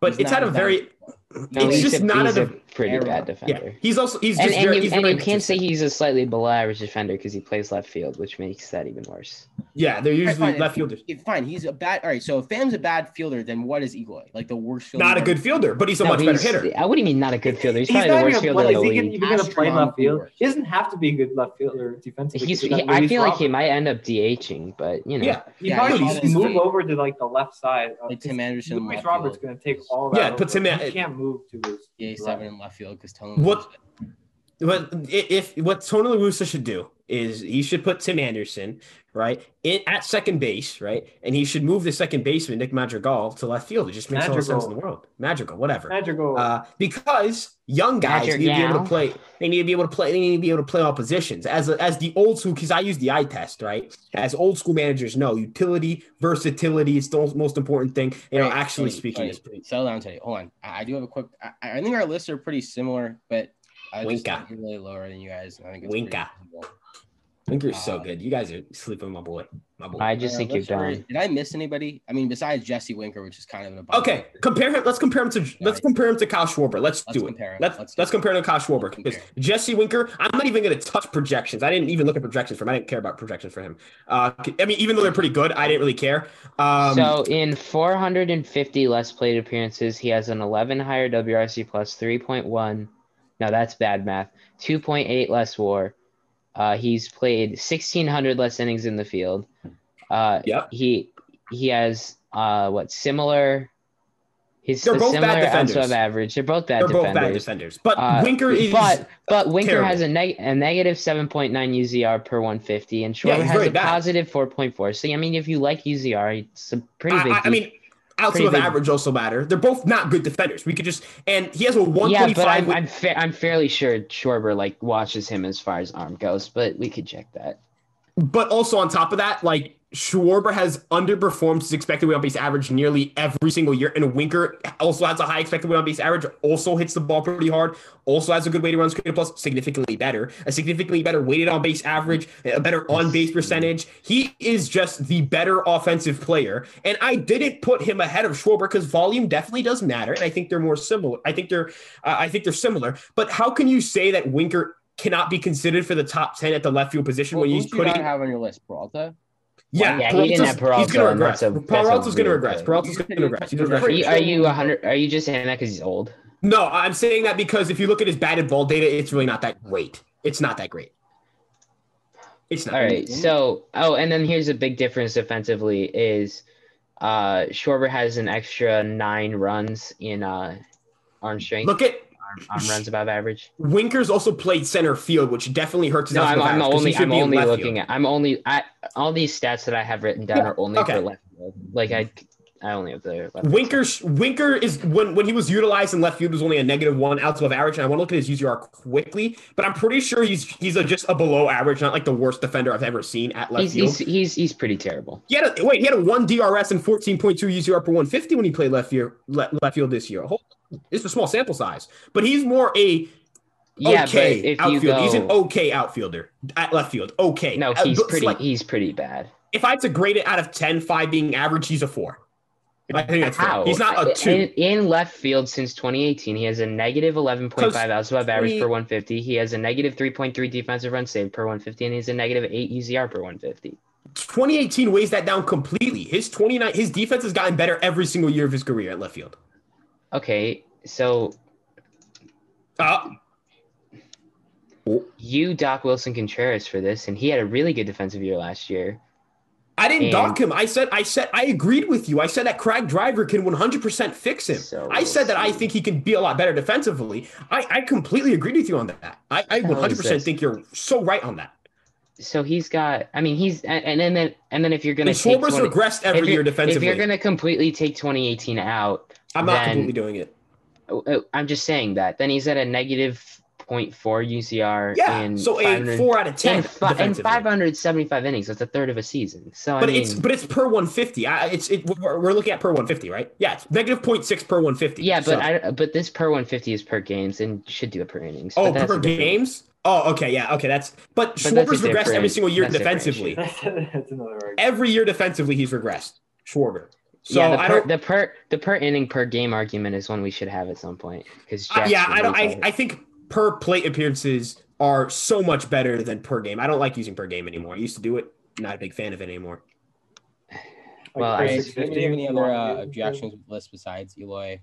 F: but
B: He's
F: it's
B: not
F: at a
B: as
F: very
B: bad.
E: No,
F: it's
E: he's
F: just
E: a,
F: not
E: he's
F: a,
E: a pretty
B: error.
E: bad
F: yeah
E: defender.
F: he's also he's just
E: and, and
F: very,
E: you,
F: he's
E: and
F: very
E: you can't say
F: inconsistent.
E: he's a slightly below average defender because he plays left field, which makes that even worse.
F: yeah they're
B: Alright,
F: usually
B: fine,
F: left
B: if-
F: fielders
B: if- Fine. He's a bad. All right. So if Fam's a bad fielder, then what is Eloy? Like the worst fielder.
F: not a good fielder but he's a much better
E: he's-
F: hitter
E: I wouldn't mean not a good fielder. He's,
C: He's
E: probably the
C: not
E: worst
C: even
E: fielder
C: play.
E: in the
C: Is he gonna-
E: league.
C: even going to play left
B: Astronomically
C: field?
B: worse.
C: He doesn't have to be a good left fielder defensively.
E: He's,
C: because
E: he,
C: you got
E: I
C: Luis
E: feel like he
C: Robert.
E: might end up DHing, but you know,
F: yeah
C: He
B: Yeah,
C: probably
F: he's
C: should
B: always
C: move
B: great.
C: over to like the left side. of-
B: Like Tim Anderson. in
C: Luis
B: left
C: Robert's
B: field.
C: going to take all that.
F: Yeah, it puts
C: over.
F: him at-
C: He can't move to his.
B: Yeah, he's
C: right.
B: seven in left field because Tony.
F: What- but i- if what Tony La Russa should do is he should put Tim Anderson right in at second base right and he should move the second baseman Nick Madrigal to left field it just makes all the sense in the world Madrigal whatever
C: Madrigal.
F: Uh, because young guys
E: Roger
F: need to be able to
E: Gow.
F: play. They need to be able to play. They need to be able to play all positions. As as the old school, because I use the eye test, right? As old school managers know, utility, versatility is the most important thing. You know, actually speaking, is pretty.
B: settle down, Tony. Hold on. I, I do have a quick. I, I think our lists are pretty similar, but I just
F: Winka.
B: think we're really lower than you guys. and I think it's
F: Winka.
B: pretty reasonable.
F: I think you're so good. You guys are sleeping on my boy. My boy.
E: I just
B: Uh,
E: think you're
B: let's hurry.
E: done.
B: Did I miss anybody? I mean, besides Jesse Winker, which is kind of an above.
F: Okay, compare him. Let's compare him to let's compare him to Kyle Schwarber. Let's,
B: Let's
F: do it.
B: compare him.
F: Let's
B: Let's
F: let's,
B: do it.
F: compare him to Kyle Schwarber because
B: compare.
F: Jesse Winker. I'm not even going to touch projections. I didn't even look at projections for him. I didn't care about projections for him. Uh, I mean, even though they're pretty good, I didn't really care. Um,
E: so in 450 less plate appearances, he has an 11 higher WRC plus 3.1. No, that's bad math. 2.8 less WAR. Uh, he's played 1600 less innings in the field. Uh,
F: Yep.
E: He he has uh what similar. He's
F: They're
E: a
F: both bad
E: similar ounce
F: defenders.
E: of average. They're both bad
F: they're both
E: defenders.
F: bad defenders, but
E: Uh,
F: Winker is.
E: but but Winker
F: terrible.
E: has a, neg- a negative 7.9 UZR per 150, and
F: Yeah,
E: Schwarber
F: he's
E: has
F: very
E: a
F: bad.
E: positive 4.4. So I mean, if you like UZR, it's a pretty
F: I,
E: big.
F: I- I mean, outside
E: pretty
F: of
E: big-
F: average also matter. They're both not good defenders. We could just and he has a
E: deal. yeah, but
F: 125.
E: I'm I'm, fa- I'm fairly sure Schwarber like watches him as far as arm goes, but we could check that.
F: But also on top of that, like Schwarber has underperformed his expected weight on base average nearly every single year, and Winker also has a high expected weight on base average. Also hits the ball pretty hard. Also has a good weighted runs created plus, significantly better, a significantly better weighted on base average, a better on base percentage. He is just the better offensive player, and I didn't put him ahead of Schwarber because volume definitely does matter, and I think they're more similar. I think they're, uh, I think they're similar. But how can you say that Winker? Cannot be considered for the top ten at the left field position
B: Well,
F: when
B: who
F: he's
B: do you not
F: putting
B: have on your list, Peralta?
F: yeah,
E: Yeah, he didn't have
F: Peralta's- He's
E: Peralta,
F: gonna
E: and
F: regress.
E: that's a- that's a
F: Peralta's gonna
E: real
F: regress.
E: thing.
F: Peralta's gonna regress. He's gonna regress.
E: Are you, are you 100? Are you just saying that because he's old?
F: No, I'm saying that because if you look at his batted ball data, it's really not that great. It's not that great. It's not.
E: All right. So, oh, and then here's a big difference defensively is uh Schwarber has an extra nine runs in uh arm strength,
F: Look at
E: arm, arm runs above average.
F: Winker's also played center field, which definitely hurts his.
E: No, I'm,
F: outfield
E: I'm
F: average 'cause he
E: only
F: should
E: I'm
F: be in
E: only
F: left
E: looking
F: field.
E: at I'm only I all these stats that I have written down are only
F: okay.
E: for left field. Like I I only have the left.
F: Winker. Winker is when when he was utilized in left field was only a negative one outs above average, and I want to look at his UZR quickly, but I'm pretty sure he's he's a, just a below average, not like the worst defender I've ever seen at left
E: He's,
F: field.
E: he's he's he's pretty terrible.
F: He had a, wait, he had a one DRS and 14.2 UCR per 150 when he played left field, left, left field this year. Hold- It's a small sample size, but he's more a
E: Yeah, but
F: okay
E: if you
F: outfielder.
E: go,
F: He's an okay outfielder at left field. Okay.
E: no,
F: Uh,
E: he's
F: looks
E: pretty
F: like-
E: he's pretty bad.
F: if I had to grade it out of 10, five being average, he's a four. I think that's fair.
E: How?
F: He's not a two.
E: In, in left field since 2018, he has a negative 11.5
F: Cause
E: outs above average
F: we-
E: per 150. He has a negative 3.3 defensive run saved per 150, and he's a negative 8 UZR per 150.
F: 2018 weighs that down completely. His 29, his defense has gotten better every single year of his career at left field.
E: Okay, so
F: Uh,
E: you Doc Wilson Contreras for this, and he had a really good defensive year last year.
F: I didn't
E: And-
F: dock him. I said, I said, I agreed with you. I said that Craig Driver can 100% fix him.
E: So
F: I said that I think he can be a lot better defensively. I, I completely agreed with you on that. I, I
E: hell is
F: 100%
E: this?
F: think you're so right on that.
E: So he's got. I mean, he's and, and then- then and then if you're
F: And
E: gonna take
F: Schwarber's
E: 20
F: regressed
E: if
F: every
E: you're-
F: year
E: if
F: defensively.
E: you're gonna completely take 2018 out,
F: I'm not
E: then-
F: completely doing it.
E: oh, oh, I'm just saying that. Then he's at a negative 0.4 UCR.
F: Yeah.
E: in
F: So a
E: 500
F: four out of 10
E: and, fi- and
F: defensively.
E: 575 innings. That's a third of a season. So I
F: but
E: mean,
F: it's but it's per 150. I, it's it, we're, we're looking at per 150, right? Yeah, it's negative 0.6 per 150.
E: yeah, but
F: So-
E: I but this per 150 is per games and should do it per innings.
F: oh
E: but that's
F: per
E: a different-
F: games. Oh, okay, yeah, okay. That's but,
E: that's a
F: Schwarber's regressed every
E: different-
F: single year
E: that's a different
F: defensively.
C: [LAUGHS] That's, that's another argument.
F: every year defensively he's regressed. Schwarber. So
E: yeah, the
F: I
E: per,
F: don't.
E: the per the per inning per game argument is one we should have at some point because
F: I- yeah, I don't. I, I think per plate appearances are so much better than per game. I don't like using per game anymore. I used to do it. Not a big fan of it anymore.
E: well,
B: All
E: I- Alright,
C: Like,
B: right,
C: 650,
B: do we have any other uh,
C: 450.
B: objections with list besides Eloy?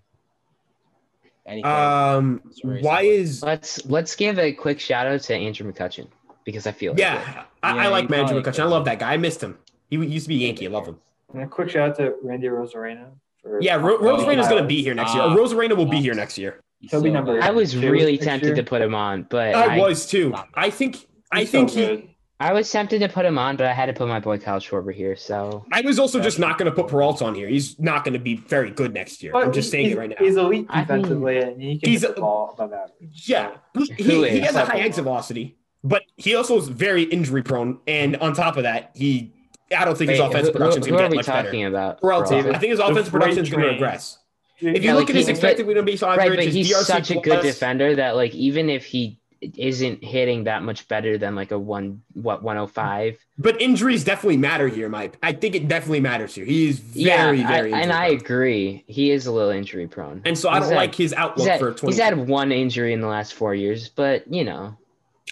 B: Anything?
F: Um,
B: Sorry,
F: why
B: sorry.
F: is
E: let's let's give a quick shout out to Andrew McCutcheon because I feel like it.
F: yeah? I,
B: Yeah,
F: I
B: you
F: like Andrew
B: probably-
F: McCutcheon. I love that guy. I missed him. He used to be Yankee. I love him.
C: And a quick shout out to Randy Rosarena. For
F: Yeah, Ro-
B: Oh,
F: Rosarena's gonna
C: yeah.
F: be here next year.
B: Ah.
F: Rosarena's will be here next year.
B: He's
C: He'll be number-
E: I was
C: Two
E: really
C: next
E: tempted
C: year.
E: to put him on, but
F: I
E: I,
F: was too. I think. I
C: He's
F: think
C: so
F: he.
C: good.
E: I was tempted to put him on, but I had to put my boy Kyle Schwarber here. So
F: I was also just not going to put Peralta on here. He's not going to be very good next year. I'm
C: But
F: just
C: he-
F: saying
C: he's-
F: it right now.
C: He's elite
E: I mean-
C: defensively, and he can
F: He's
C: he's hit
F: a-
C: the ball above average.
F: Yeah, he,
E: Who
F: he, he
E: is?
F: has a high exit velocity, but he also is very injury prone. And on top of that, he I don't think his
E: Wait,
F: offensive
E: who- who-
F: production is
E: who
F: going
E: are
F: to get
E: we
F: much
E: talking
F: better.
E: about?
F: Peralta,
E: Peralta?
F: I think his offensive
C: freight
F: production is going to
C: train.
F: regress.
C: Dude,
F: If you
E: Yeah,
F: look
E: like
F: at his
E: he-
F: expected weight on base on
E: Right,
F: average,
E: but
F: his
E: he's
F: DRC
E: such a good
F: plus-
E: defender that like even if he isn't hitting that much better than like a one oh what 105.
F: But injuries definitely matter here, Mike. I think it definitely matters here. He is very,
E: yeah, I-
F: very,
E: and I
F: injury-prone.
E: agree. He is a little injury prone.
F: and so I
E: He's
F: don't
E: had-
F: like his outlook
E: He's had,
F: for 20.
E: he's had one injury in the last four years, but you know,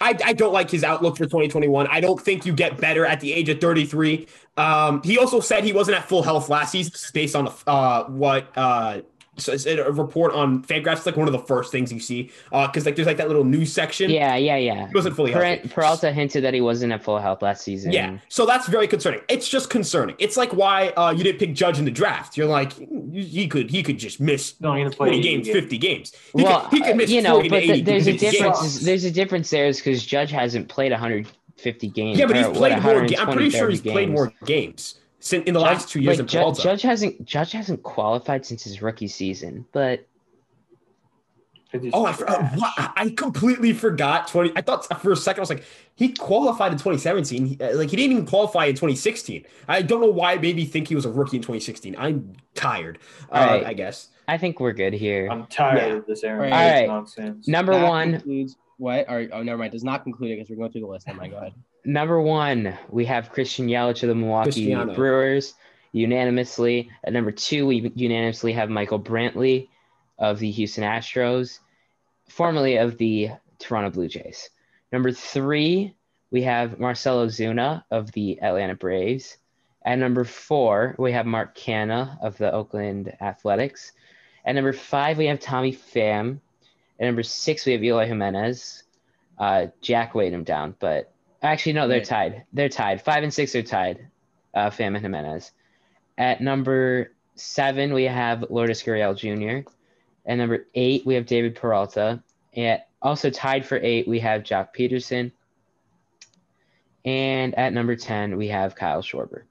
F: I, I don't like his outlook for 2021. I don't think you get better at the age of 33. Um, he also said he wasn't at full health last season. This is based on uh, what uh, so it's a report on Fangraphs. It's like one of the first things you see because like there's like that little news section.
E: yeah, yeah, yeah.
F: he wasn't fully
E: Per-
F: healthy.
E: Peralta hinted that he wasn't at full health last season.
F: Yeah, so that's very concerning. It's just concerning. It's like why uh, you didn't pick Judge in the draft. You're like he could he could just miss
C: Not going to play
F: 20
C: 80
F: games, 50 games. He
E: Well, uh,
F: could, he could miss
E: you know,
F: 40 to
E: but
F: 80
E: th- there's a
F: games.
E: difference. There's a difference there is because Judge hasn't played 150 games.
F: Yeah, but he's
E: or, what,
F: played more. ga- I'm
E: 120,
F: pretty sure
E: 30
F: he's played
E: games.
F: more games sin- in the last two years
E: Like,
F: than
E: Ju-
F: Peralta.
E: Judge hasn't Judge hasn't qualified since his rookie season, but
C: It's
F: Oh, I, for- oh,
C: trash.
F: what? I- I completely forgot. Twenty. I thought for a second I was like, he qualified in 2017. He- uh, like he didn't even qualify in 2016. I don't know why it made me think he was a rookie in 2016. I'm tired. Uh,
E: Alright.
F: I guess.
E: I think we're good here.
C: I'm tired
F: Yeah.
C: of this Aaron
B: All
C: Rodgers
E: right.
C: nonsense.
E: number
B: That
E: one,
B: concludes what? Or, oh, never mind. Does not conclude it because we're going through the list. Never mind. Go ahead.
E: number one, we have Christian Yelich of the Milwaukee
F: Cristiano.
E: Brewers unanimously. At number two, we unanimously have Michael Brantley of the Houston Astros, formerly of the Toronto Blue Jays. Number three, we have Marcelo Zuna of the Atlanta Braves. At number four, we have Mark Canna of the Oakland Athletics. At number five, we have Tommy Pham. At number six, we have Eloy Jimenez. Uh, Jack weighed him down, but actually, no, they're
B: Yeah.
E: tied. They're tied. Five and six are tied, uh, Pham and Jimenez. At number seven, we have Lourdes Gurriel Jr. At number eight, we have David Peralta. At also tied for eight, we have Jock Peterson. And at number 10, we have Kyle Schwarber.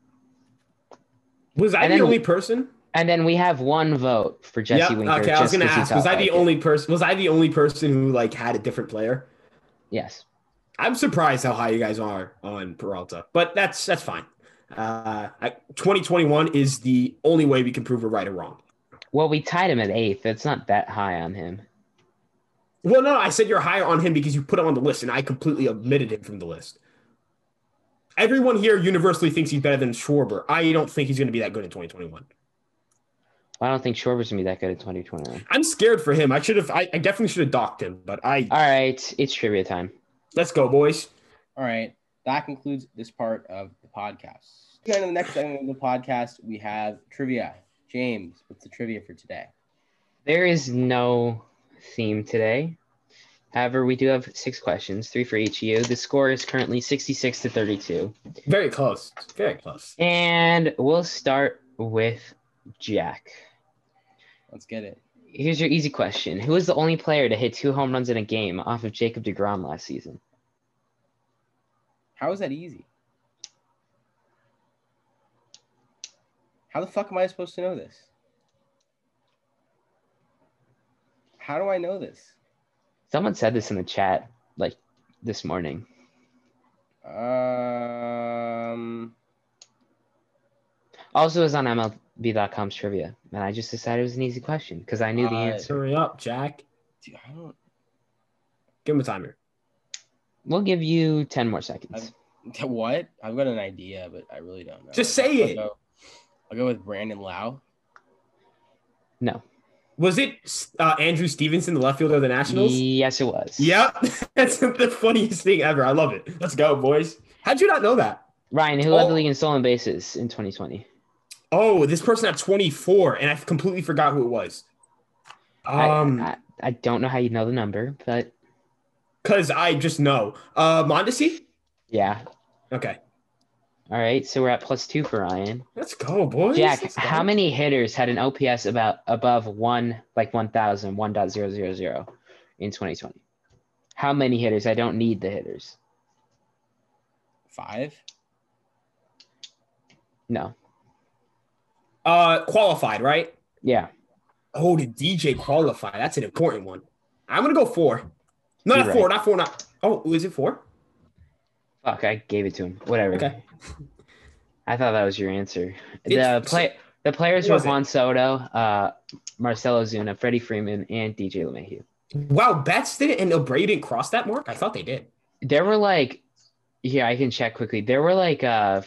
F: Was I
E: And
F: the
E: then-
F: only person?
E: And then we have one vote for Jesse
F: Yep,
E: Winker.
F: Okay, I was
E: just
F: gonna
E: 'cause he
F: ask.
E: felt
F: Was I
E: like
F: the
E: it.
F: only person? Was I the only person who like had a different player?
E: Yes.
F: I'm surprised how high you guys are on Peralta, but that's that's fine. Uh, I, 2021 is the only way we can prove we're right or wrong.
E: Well, we tied him at eighth. It's not that high on him.
F: Well, no, I said you're higher on him because you put him on the list, and I completely omitted him from the list. Everyone here universally thinks he's better than Schwarber. I don't think he's going to be that good in 2021.
E: I don't think Schwarber's gonna be that good in 2021.
F: I'm scared for him. I should have. I, I definitely should have docked him. But I
E: All right, it's trivia time.
F: let's go, boys.
B: All right. That concludes this part of the podcast. Kind of the next segment of the podcast, we have trivia. James, what's the trivia for today?
E: There is no theme today. However, we do have six questions, three for each of you. The score is currently 66 to 32.
F: Very close. Very close.
E: And we'll start with Jack.
B: Let's get it.
E: Here's your easy question. Who was the only player to hit two home runs in a game off of Jacob deGrom last season?
B: How is that easy? How the fuck am I supposed to know this? How do I know this?
E: Someone said this in the chat like this morning.
B: Um,
E: Also it was on MLB.com's trivia, and I just decided it was an easy question because I knew the
B: Uh,
E: answer.
F: Hurry up, Jack.
B: dude, I don't. [LAUGHS]
F: Give him a timer.
E: We'll give you ten more seconds.
B: What? I've got an idea, but I really don't know.
F: Just say
B: I'll
F: it.
B: Go, I'll go with Brandon Lau.
E: No.
F: Was it uh, Andrew Stevenson, the left fielder of the Nationals?
E: Yes, it was.
F: Yep, [LAUGHS] that's the funniest thing ever. I love it. Let's go, boys. How'd you not know that?
E: Ryan, who led
F: Oh.
E: the league in stolen bases in 2020?
F: Oh, this person at 24, and I completely forgot who it was. Um,
E: I, I, I don't know how you know the number, but
F: because I just know. Uh, Mondesi.
E: yeah.
F: Okay,
E: All right, so we're at plus two for Ryan.
F: let's go, boys.
E: Jack,
F: Let's go.
E: how many hitters had an OPS about above one, like 1,000, 1.000 in 2020? How many hitters? I don't need the hitters.
B: Five.
E: No.
F: Uh, qualified, right?
E: Yeah.
F: Oh, did DJ qualify? That's an important one. I'm gonna go four. No,
E: You're
F: not four. Not four. Not. Oh, is it four?
E: Fuck, I gave it to him. Whatever.
F: Okay.
E: [LAUGHS] I thought that was your answer.
F: It's-
E: the play, the players
F: Who
E: were
F: was it?
E: Juan Soto, uh, Marcelo Zuna, Freddie Freeman, and DJ LeMahieu.
F: Wow, Betts didn't and Obrey didn't cross that mark. I thought they did.
E: There were like, yeah, I can check quickly. There were like uh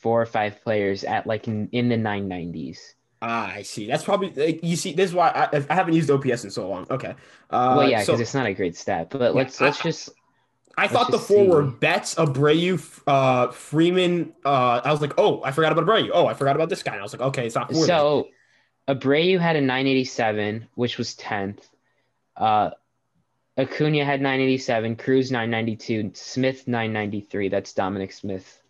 E: four or five players at like in, in the 990s.
F: Ah, I see. That's probably like, you see. This is why I, I haven't used OPS in so long. Okay. Uh,
E: well, yeah, because
F: so
E: it's not a great stat, but let's
F: I-
E: let's just
F: I thought the
E: let's just
F: four were
E: see.
F: Betts, Abreu, uh, Freeman. Uh, I was like, oh, I forgot about Abreu. Oh, I forgot about this guy. And I was like, okay, it's not four. then.
E: So Abreu had a 987, which was 10th. Uh, Acuna had 987, Cruz 992, Smith 993. That's Dominic Smith.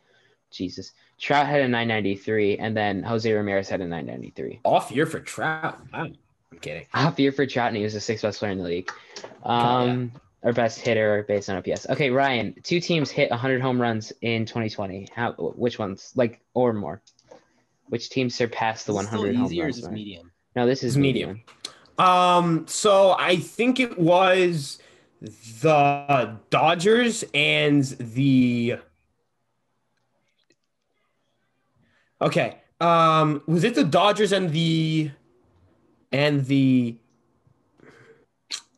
E: Jesus. Trout had a 993, and then Jose Ramirez had a 993.
F: off year for Trout. Wow. I'm kidding.
E: Off year Ah, for Trout, and he was the sixth best player in the league. Um, Or best hitter based on OPS. Okay, Ryan, two teams hit 100 home runs in 2020. How? Which ones? Like, or more? Which team surpassed the
B: Is it still
E: 100 home
B: easy or
E: runs?
B: is this
E: mark?
B: medium?
E: No, this is
F: It's medium. Um, so I think it was the Dodgers and the Okay. Um, was it the Dodgers and the and the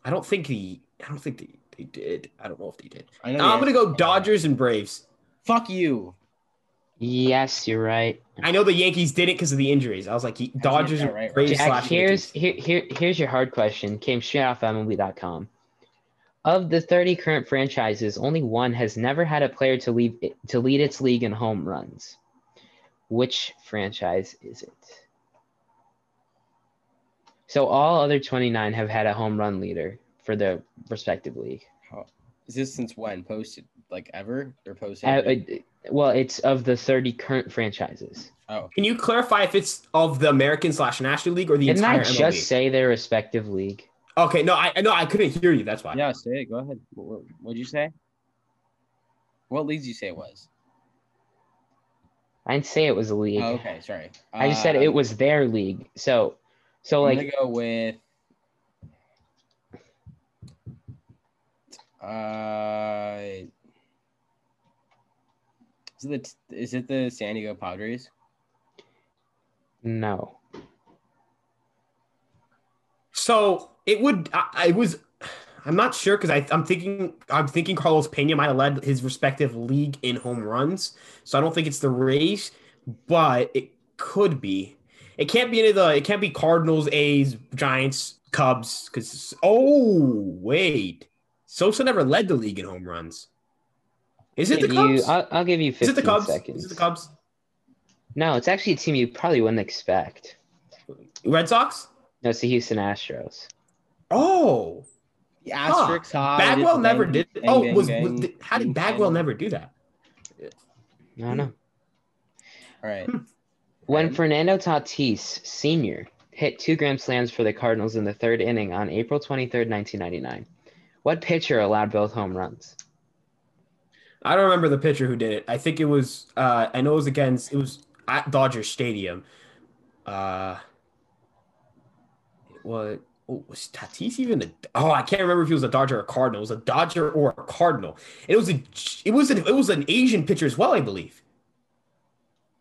F: I don't think the I don't think they, they did. I don't know if they did.
B: I know the
F: I'm gonna
B: answer.
F: go Dodgers and Braves.
B: Fuck you.
E: Yes, you're right.
F: I know the Yankees did it because of the injuries. I was like Dodgers
B: that
F: and
B: right, right.
F: Braves.
E: Jack,
F: slash
E: here's
F: Yankees.
E: here, here here's your hard question. Came straight off MLB.com. E Of the 30 current franchises, only one has never had a player to leave to lead its league in home runs. Which franchise is it? So all other 29 have had a home run leader for their respective league.
B: Is this since when? Posted like ever? They're posted.
E: Uh, uh, well, it's of the 30 current franchises.
B: oh,
F: Can you clarify if it's of the American slash National League or the
E: Didn't I
F: entire MLB?
E: just say their respective league?
F: okay, no, I no, I couldn't hear you. That's why.
B: yeah. Say it. Go ahead. What would you say? What leagues you say it was?
E: I didn't say it was a league.
B: Oh, okay, sorry. Uh,
E: I just said it was
F: Um,
E: their league. So, so
B: I'm
E: like,
B: gonna go with. Uh, is it the is it the San Diego Padres?
E: no,
F: So it would. I, I was. I'm not sure because I'm thinking. I'm thinking Carlos Pena might have led his respective league in home runs. So I don't think it's the Rays, but it could be. It can't be any of the. It can't be Cardinals, A's, Giants, Cubs. Because oh wait, Sosa never led the league in home runs. Is it the
E: Give you,
F: Cubs?
B: uh,
E: I'll, I'll give you 15
F: Is it the Cubs?
E: seconds.
F: Is it the Cubs?
E: No, it's actually a team you probably wouldn't expect.
F: Red Sox?
E: No, it's the Houston Astros.
F: Oh,
B: The asterisks high,
F: Bagwell
B: bang,
F: never did.
B: bang,
F: oh,
B: bang,
F: was,
B: bang,
F: was did- how did
B: bang,
F: Bagwell
B: bang.
F: never do that?
E: I don't know.
B: All right.
E: When Fernando Tatis Sr. hit two grand slams for the Cardinals in the third inning on April 23rd, 1999, what pitcher allowed both home runs?
F: I don't remember the pitcher who did it. I think it was. Uh, I know it was against. It was at Dodger Stadium. Uh, it was. Oh, was Tatis even a? Oh, I can't remember if he was a Dodger or Cardinal. It was a Dodger or a Cardinal. And It was a. It was an. It was an Asian pitcher as well, I believe.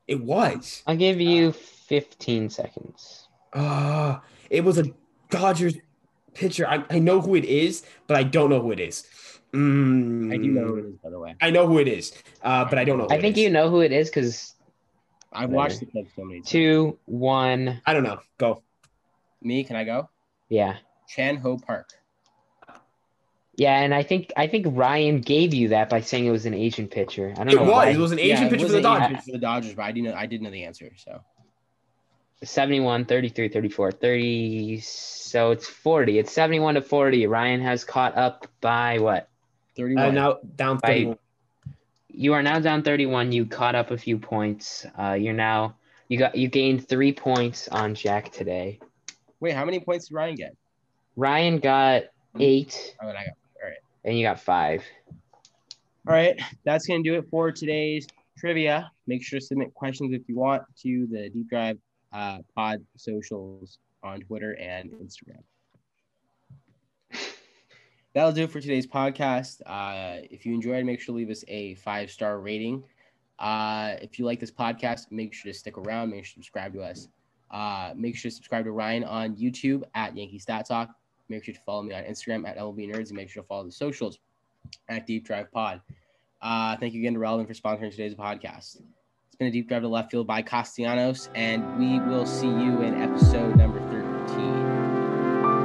F: It was.
E: I'll give
F: Uh,
E: you 15 seconds.
F: Ah, it was a Dodgers pitcher. I, I know who it is, but I don't know who it is. Mm,
B: I do know who it is, by the way.
F: I know who it is, uh, but I don't know. Who
E: I
F: it
E: think
F: is.
E: you know who it is because
B: I've watched the clip so many times.
E: two, one,
F: I don't know. Go.
B: Me, can I go?
E: yeah.
B: Chan Ho Park.
E: Yeah, and I think I think Ryan gave you that by saying it was an Asian pitcher. I don't
F: It
E: know
F: was.
E: why.
F: It was an
B: Yeah,
F: Asian
B: it
F: pitcher
B: was
F: for the
B: an Asian
F: Dodgers.
B: pitcher for the Dodgers, but I didn't know I did know the answer. So
E: 71, 33, 34, 30. So it's 40. It's 71 to 40. Ryan has caught up by what?
F: Uh,
B: thirty-one.
F: now down
E: By-
F: 31.
E: You are now down 31. You caught up a few points. Uh, you're now you got you gained 3 points on Jack today.
B: Wait, how many points did Ryan get?
E: Ryan got 8
B: Oh, and I got.
E: and you got 5.
B: All right, that's gonna do it for today's trivia. Make sure to submit questions if you want to the Deep Drive uh, Pod socials on Twitter and Instagram. That'll do it for today's podcast. Uh, if you enjoyed, make sure to leave us a five star rating. Uh, if you like this podcast, make sure to stick around. Make sure to subscribe to us. Uh, make sure to subscribe to Ryan on YouTube at Yankee Stat Talk. Make sure to follow me on Instagram at LB Nerds and make sure to follow the socials at Deep Drive Pod. Uh, thank you again to Relevant for sponsoring today's podcast. It's been a deep drive to left field by Castellanos, and we will see you in episode number 13.